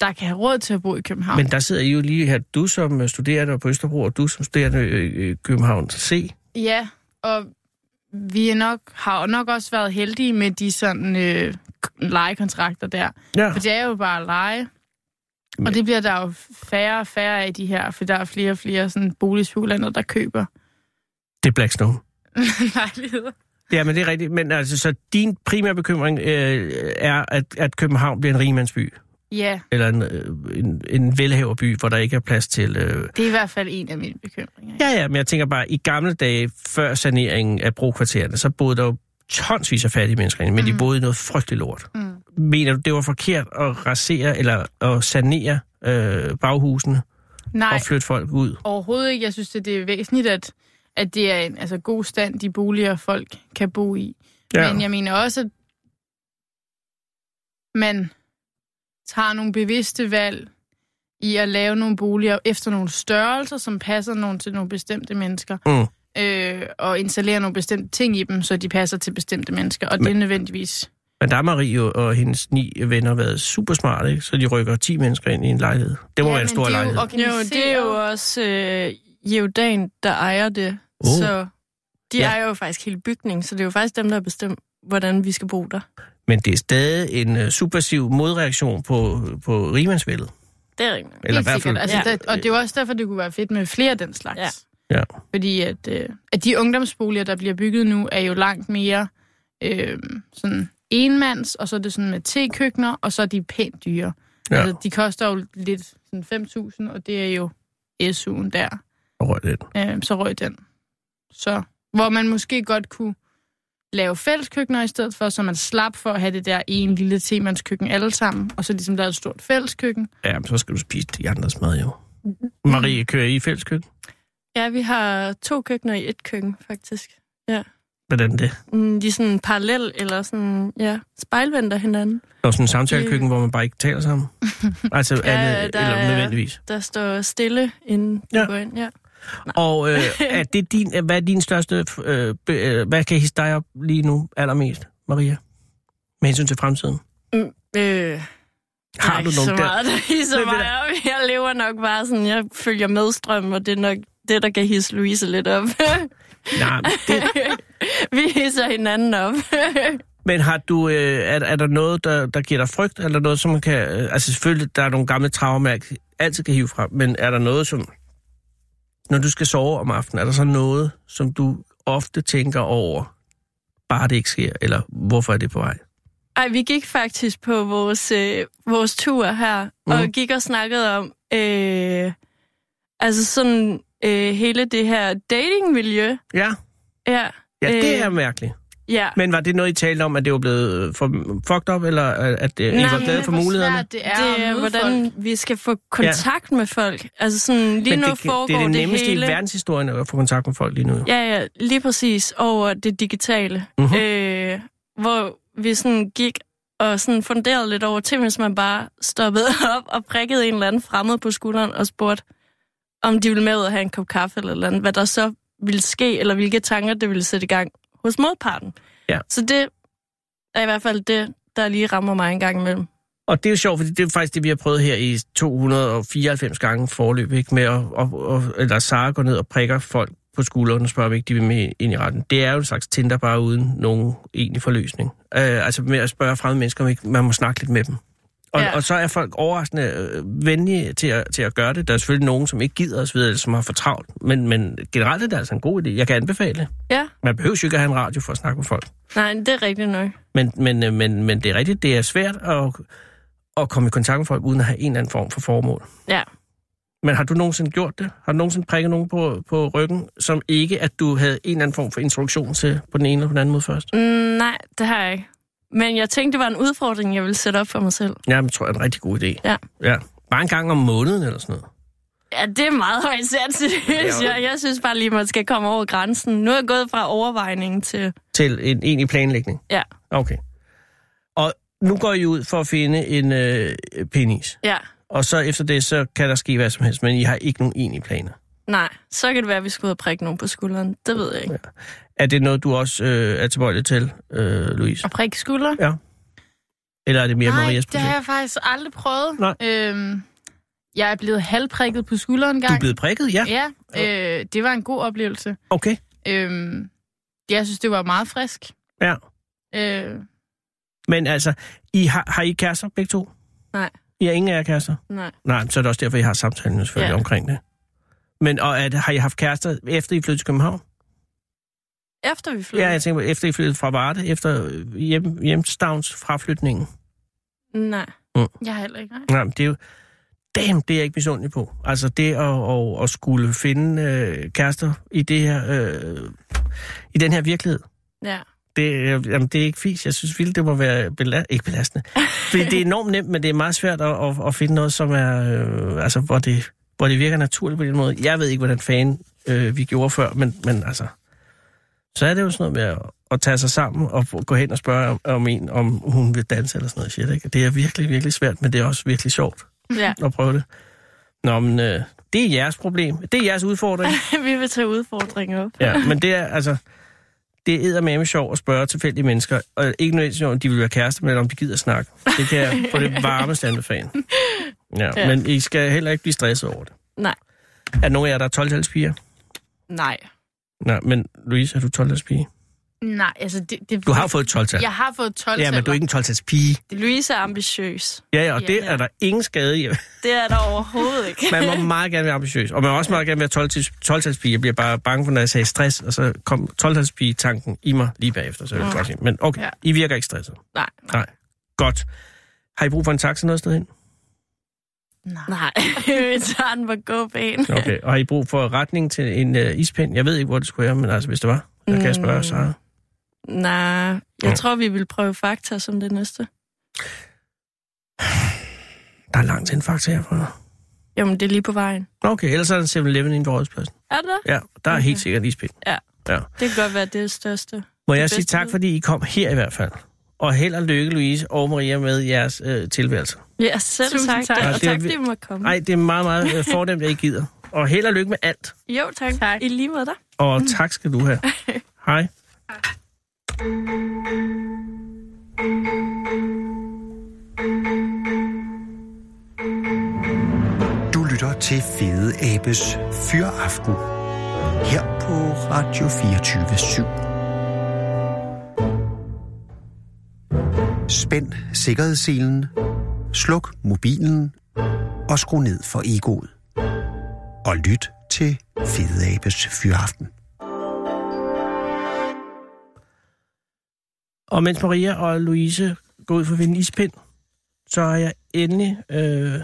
der kan have råd til at bo i København. Men der sidder I jo lige her, du som øh, studerende på Østerbro, og du som studerende øh, øh, København C. Ja, og vi er nok, har nok også været heldige med de sådan øh, lejekontrakter der. Ja. For det er jo bare leje. Men- Og det bliver der jo færre og færre af i de her, for der er flere og flere sådan boligspekulanter, der køber Det er Blackstone. lejligheder. Ja, men det er rigtigt. Men altså, så din primære bekymring øh, er, at, at København bliver en rigmandsby, Ja, eller en, øh, en, en velhaverby, hvor der ikke er plads til... Øh... det er i hvert fald en af mine bekymringer. Ja, ja, men jeg tænker bare, i gamle dage, før saneringen af brokvartererne, så boede der jo tonsvis af fattige mennesker inde, men Mhm. mm. de boede i noget frygteligt lort. Mm. Mener du, det var forkert at rasere eller at sanere øh, baghusene Ej. Nej, og flytte folk ud? overhovedet ikke. Jeg synes, at det er væsentligt, at, at det er en altså, god stand, de boliger, folk kan bo i. Mm. Ja. Men jeg mener også, at man tager nogle bevidste valg i at lave nogle boliger efter nogle størrelser, som passer nogle til nogle bestemte mennesker. Mm. Øh, og installere nogle bestemte ting i dem, så de passer til bestemte mennesker. Og Men... det er nødvendigvis... Men der har Marie og hendes ni venner været super smarte, ikke? så de rykker 10 mennesker ind i en lejlighed. Det må ja, være en stor det er lejlighed. Jo, Jo, organiseret. det er jo også øh, Jordan, der ejer det. Oh. Så de Ja. ja. ejer jo faktisk hele bygningen, så det er jo faktisk dem, der har bestemt, hvordan vi skal bo der. Men det er stadig en uh, subversiv modreaktion på, på rimandsvældet. Det er rigtigt. Eller i Helt hvert fald... sikkert. Altså, Ja. der, og det er jo også derfor, det kunne være fedt med flere af den slags. Ja. Ja. Fordi at, øh, at de ungdomsboliger, der bliver bygget nu, er jo langt mere øh, sådan enmands, og så er det sådan med tekøkkener, og så er de pænt dyre. Ja. Ja. Altså, de koster jo lidt sådan 5.000, og det er jo SU'en der. Og rør lidt. Øh, så røg den. Så, hvor man måske godt kunne lave fælleskøkkener i stedet for, så man slap for at have det der en lille temandskøkken alle sammen, og så ligesom der er et stort fælleskøkken. Ja, men så skal du spise de andres mad, jo. Marie, kører I i fælleskøkken? Ja, vi har to køkkener i et køkken, faktisk. Hvordan er det? Mm, De er sådan parallel eller sådan, ja, spejlvendte hinanden. Nå, sådan en samtalekøkken, hvor man bare ikke taler sammen? Altså, ja, Øh. Ja, alle, der eller er- nødvendigvis. Der står stille, inden ja. Ja. du går ind. Ja. Og øh, er det din, hvad er din største... Øh, be- øh, hvad kan hisse dig op lige nu allermest, Maria? Med hensyn til fremtiden? Mm, øh, Har Nej, du så nogen der? meget, der hisser Men det mig op. Jeg lever nok bare sådan, jeg følger med strømmen, og det er nok det, der kan hisse Louise lidt op. Nej, men det, Vi hisser hinanden op. Men har du, øh, er, er der noget, der, der giver dig frygt? Er der noget, som man kan... Øh, altså selvfølgelig, der er nogle gamle traumer, jeg altid kan hive frem, men er der noget, som... Når du skal sove om aftenen, er der så noget, som du ofte tænker over, bare det ikke sker, eller hvorfor er det på vej? Ej, vi gik faktisk på vores, øh, vores tur her, Mhm. mm. og gik og snakkede om, øh, altså sådan øh, hele det her datingmiljø. Ja, Ja, ja øh, det Øh, er mærkeligt. ja. Men var det noget, I talte om, at det var blevet øh, for, fucked op, eller øh, at øh, I Nej, var men glade for mulighederne? Svært, det er, det er, hvordan hvordan... folk. vi skal få kontakt ja. med folk. Altså sådan, lige men nu det, kan- foregår det er det det nemmeste hele. i verdenshistorien at få kontakt med folk lige nu. Ja, ja, lige præcis over det digitale. Mhm. Øh, hvor vi sådan gik og sådan funderede lidt over til, hvis man bare stoppede op og prikkede en eller anden fremmed på skulderen og spurgte, om de ville med ud og have en kop kaffe eller et eller andet, hvad der så ville ske, eller hvilke tanker det ville sætte i gang hos modparten. Ja. Så det er i hvert fald det, der lige rammer mig en gang imellem. Og det er jo sjovt, fordi det er faktisk det, vi har prøvet her i 294 gange forløb, ikke? med at, at, at eller Sara går ned og prikker folk på skulderen og spørger, om ikke de vil med ind i retten. Det er jo en slags Tinder bare uden nogen egentlig forløsning. Øh, altså med at spørge fremmede mennesker, om ikke man må snakke lidt med dem. Og, ja. Ja. og så er folk overraskende øh, venlige til at, til at gøre det. Der er selvfølgelig nogen, som ikke gider osv., eller som har for travlt. Men, men generelt er det altså en god idé. Jeg kan anbefale det. Ja. Man behøver jo ikke at have en radio for at snakke med folk. Nej, det er rigtigt nok. Men, men, øh, men, men det er rigtigt, det er svært at, at komme i kontakt med folk, uden at have en eller anden form for formål. Ja. Men har du nogensinde gjort det? Har du nogensinde prikket nogen på, på ryggen, som ikke, at du havde en eller anden form for introduktion til på den ene eller på den anden måde først? Mm, nej, det har jeg ikke. Men jeg tænkte, det var en udfordring, jeg ville sætte op for mig selv. Ja, men tror jeg er en rigtig god idé. Ja. ja. Bare en gang om måneden eller sådan noget. Ja, det er meget højt sat, synes jeg. Jeg synes bare lige, man skal komme over grænsen. Nu er jeg gået fra overvejningen til... Til en egentlig planlægning? Ja. Okay. Og nu går I ud for at finde en øh, penis. Ja, Og så efter det, så kan der ske hvad som helst, men I har ikke nogen egentlige planer. nej. Så kan det være, at vi skulle ud og prikke nogen på skulderen. Det ved jeg ikke. Er det noget, du også øh, er tilbøjelig til, øh, Louise? Og prikke skulder? Eller er det mere Nej, Marias det projekt? har jeg faktisk aldrig prøvet. Nej. Øhm, jeg er blevet halvprikket på skulderen en Du er gang. blevet prikket, ja. Ja, øh, det var en god oplevelse. Okay. Øhm, jeg synes, det var meget frisk. Ja. Øh, Men altså, I har, har I kærester begge to? Nej. I har ingen af jer kærester? Nej. Nej, så er det også derfor, I har samtalen selvfølgelig ja. Ja. omkring det. Men og er det, har I haft kærester, efter I flyttede til København? Efter vi flytter? Ja, jeg tænker, på, efter I flyttede fra Varde, efter øh, hjem, hjemstavns fraflytningen. Nej. Mm. jeg har heller ikke. Nej. Nej, men det er jo... Damn, det er jeg ikke misundelig på. Altså det at, at, at skulle finde øh, kærester i, det her, øh, i den her virkelighed. Ja. Det, øh, jamen, det er ikke fisk. Jeg synes vildt, det må være bela- ikke belastende. Fordi det er enormt nemt, men det er meget svært at, at, at finde noget, som er, øh, altså, hvor, det, hvor det virker naturligt på den måde. Jeg ved ikke, hvordan fanden øh, vi gjorde før, men, men altså... Så er det jo sådan noget med at, at tage sig sammen og få- gå hen og spørge om, om en, om hun vil danse eller sådan noget shit. Ikke? Det er virkelig, virkelig svært, men det er også virkelig sjovt Ja. at prøve det. Nå, men øh, det er jeres problem. Det er jeres udfordring. vi vil tage udfordringen op. Ja, men det er altså... Det er med sjov at spørge tilfældige mennesker, og ikke nødvendigvis om de vil være kærester, men om de gider snakke. Det kan jeg på det varmeste anbefale. Ja, ja, Ja. men I skal heller ikke blive stresset over det. Nej. Er der nogen af jer, der er 12 piger? Nej. Nej, men Louise, er du 12 pige? Nej, altså det... det Du har jo fået 12 Jeg har fået 12 Ja, men du er ikke en 12 pige. Louise er ambitiøs. Ja, ja, og det Ja, ja. er der ingen skade i. Det er der overhovedet ikke. Man må meget gerne være ambitiøs, og man må også meget gerne være 12-talspige. Jeg bliver bare bange for, når jeg sagde stress, og så kom 12-talspige-tanken i mig lige bagefter. Så jeg vil godt sige. Men okay, Ja. I virker ikke stresset. Nej. Nej. Godt. Har I brug for en taxa noget sted hen? Nej. vi tager den på gåbanen. Okay. Og har I brug for retning til en uh, ispind? Jeg ved ikke, hvor det skulle være, men altså, hvis det var, der kan jeg Mm. spørge Sara. Nej. Ja. Ah, Jeg tror, vi vil prøve fakta som det næste. Der er langt til en fakta herfra. Jamen, det er lige på vejen. Okay, ellers er der 7-Eleven inde på Rådspladsen. Er det? Ja, der er helt sikkert en ispind. Det kan godt være det er det største. Må Det jeg bedste sige tak, bud. fordi I kom her i hvert fald. Og held og lykke, Louise og Maria, med jeres øh, tilværelse. Ja, selv Tusind tak. tak. Ja, Og det er tak, vi- fordi vi måtte komme. Nej, det er meget, meget øh, fornemt, at I gider. Og held og lykke med alt. Jo, tak. Tak. I lige måde dig. Og tak skal du have. Hej. Du lytter til Fede Abes Fyraften her på Radio 24 Spænd sikkerhedsselen, sluk mobilen og skru ned for egoet. Og lyt til Fede Abes Fyraften. Og mens Maria og Louise går ud for at vinde ispind, så har jeg endelig øh,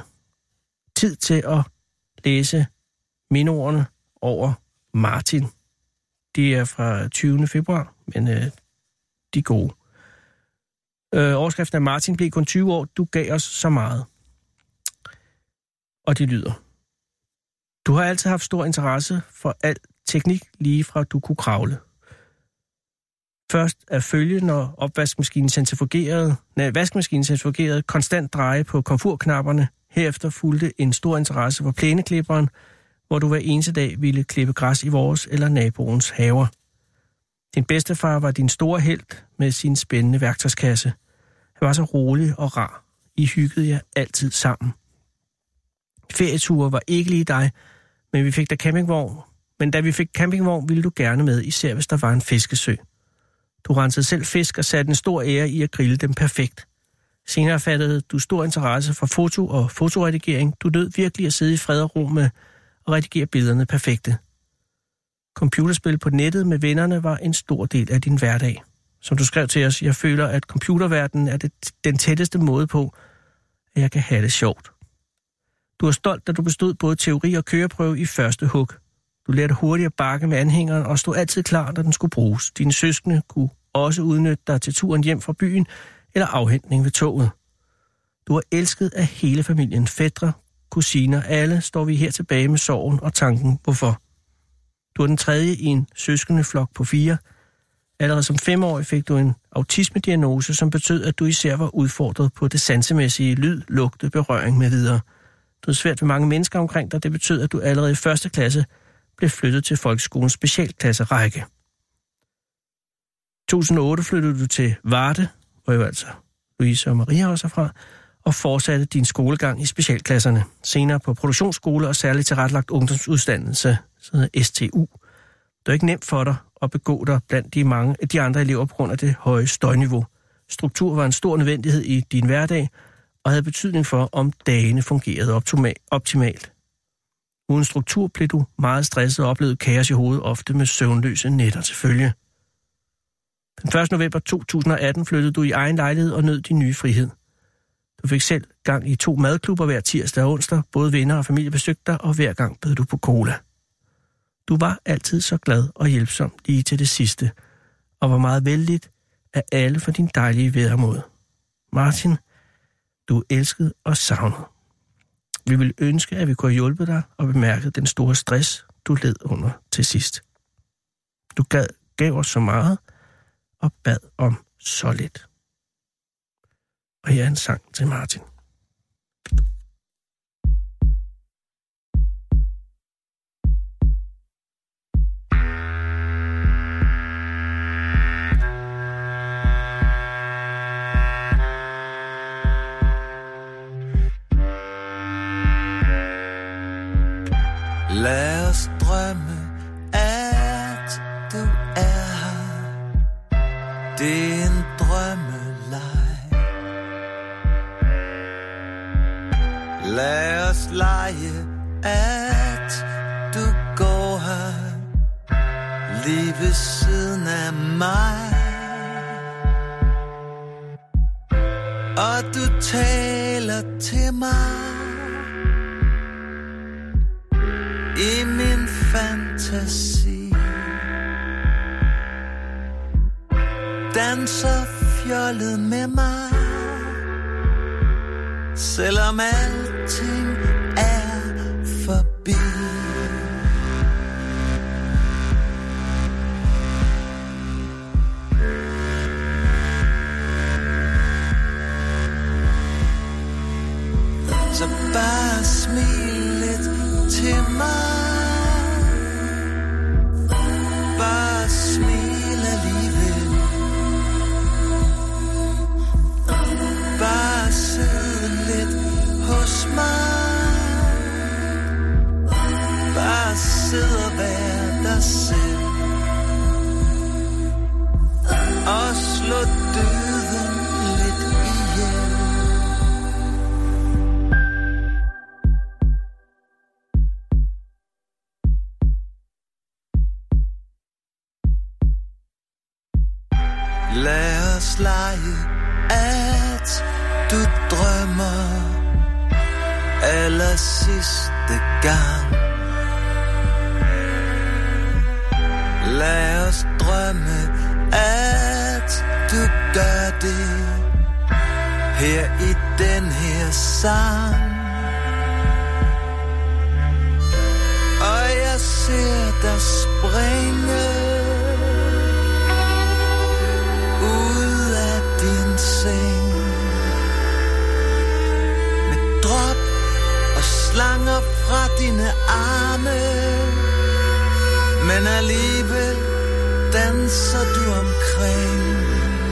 tid til at læse mindeordene over Martin. De er fra 20. februar, men øh, de er gode. Øh, overskriften er Martin blev kun 20 år, du gav os så meget. Og det lyder. Du har altid haft stor interesse for al teknik, lige fra du kunne kravle først at følge, når opvaskemaskinen centrifugerede, nej, vaskemaskinen centrifugerede, konstant dreje på komfurknapperne. Herefter fulgte en stor interesse for plæneklipperen, hvor du hver eneste dag ville klippe græs i vores eller naboens haver. Din bedstefar var din store held med sin spændende værktøjskasse. Han var så rolig og rar. I hyggede jer altid sammen. Ferieture var ikke lige dig, men vi fik dig campingvogn. Men da vi fik campingvogn, ville du gerne med, især hvis der var en fiskesø. Du rensede selv fisk og satte en stor ære i at grille dem perfekt. Senere fattede du stor interesse for foto og fotoredigering. Du nød virkelig at sidde i fred og ro med at redigere billederne perfekte. Computerspil på nettet med vennerne var en stor del af din hverdag. Som du skrev til os, jeg føler, at computerverdenen er det, den tætteste måde på, at jeg kan have det sjovt. Du er stolt, da du bestod både teori og køreprøve i første hug. Du lærte hurtigt at bakke med anhængeren og stod altid klar, når den skulle bruges. Dine søskende kunne også udnytte dig til turen hjem fra byen eller afhentning ved toget. Du er elsket af hele familien, fædre, kusiner, alle står vi her tilbage med sorgen og tanken, hvorfor. Du er den tredje i en søskendeflok på fire. Allerede som femårig fik du en autismediagnose, som betød, at du især var udfordret på det sansemæssige lyd, lugte, berøring med videre. Du havde svært ved mange mennesker omkring dig, det betød, at du allerede i første klasse blev flyttet til folkeskolens specialklasserække. 2008 flyttede du til Varde, hvor jo altså Louise og Maria også er fra, og fortsatte din skolegang i specialklasserne. Senere på produktionsskole og særligt tilrettelagt ungdomsuddannelse, så hedder STU. Det var ikke nemt for dig at begå dig blandt de mange af de andre elever på grund af det høje støjniveau. Struktur var en stor nødvendighed i din hverdag, og havde betydning for, om dagene fungerede optima- optimalt. Uden struktur blev du meget stresset og oplevede kaos i hovedet, ofte med søvnløse nætter til følge. Den 1. november 2018 flyttede du i egen lejlighed og nød din nye frihed. Du fik selv gang i to madklubber hver tirsdag og onsdag. Både venner og familie besøgte dig, og hver gang bød du på cola. Du var altid så glad og hjælpsom lige til det sidste, og var meget vældig af alle for din dejlige væremåde. Martin, du er elsket og savnet. Vi vil ønske, at vi kunne have hjulpet dig og bemærket den store stress, du led under til sidst. Du gad, gav os så meget og bad om så lidt. Og her er en sang til Martin. lige ved siden af mig Og du taler til mig I min fantasi Danser fjollet med mig Selvom alting er forbi Så bare smil lidt til mig Bare smil alligevel Bare sidde lidt hos mig Bare sidde og vær dig selv Og slå døden lidt ihjel Lad os lege, at du drømmer Aller sidste gang Lad os drømme, at du gør det Her i den her sang Og jeg ser dig springe ud af din seng Med drop og slanger fra dine arme Men alligevel danser du omkring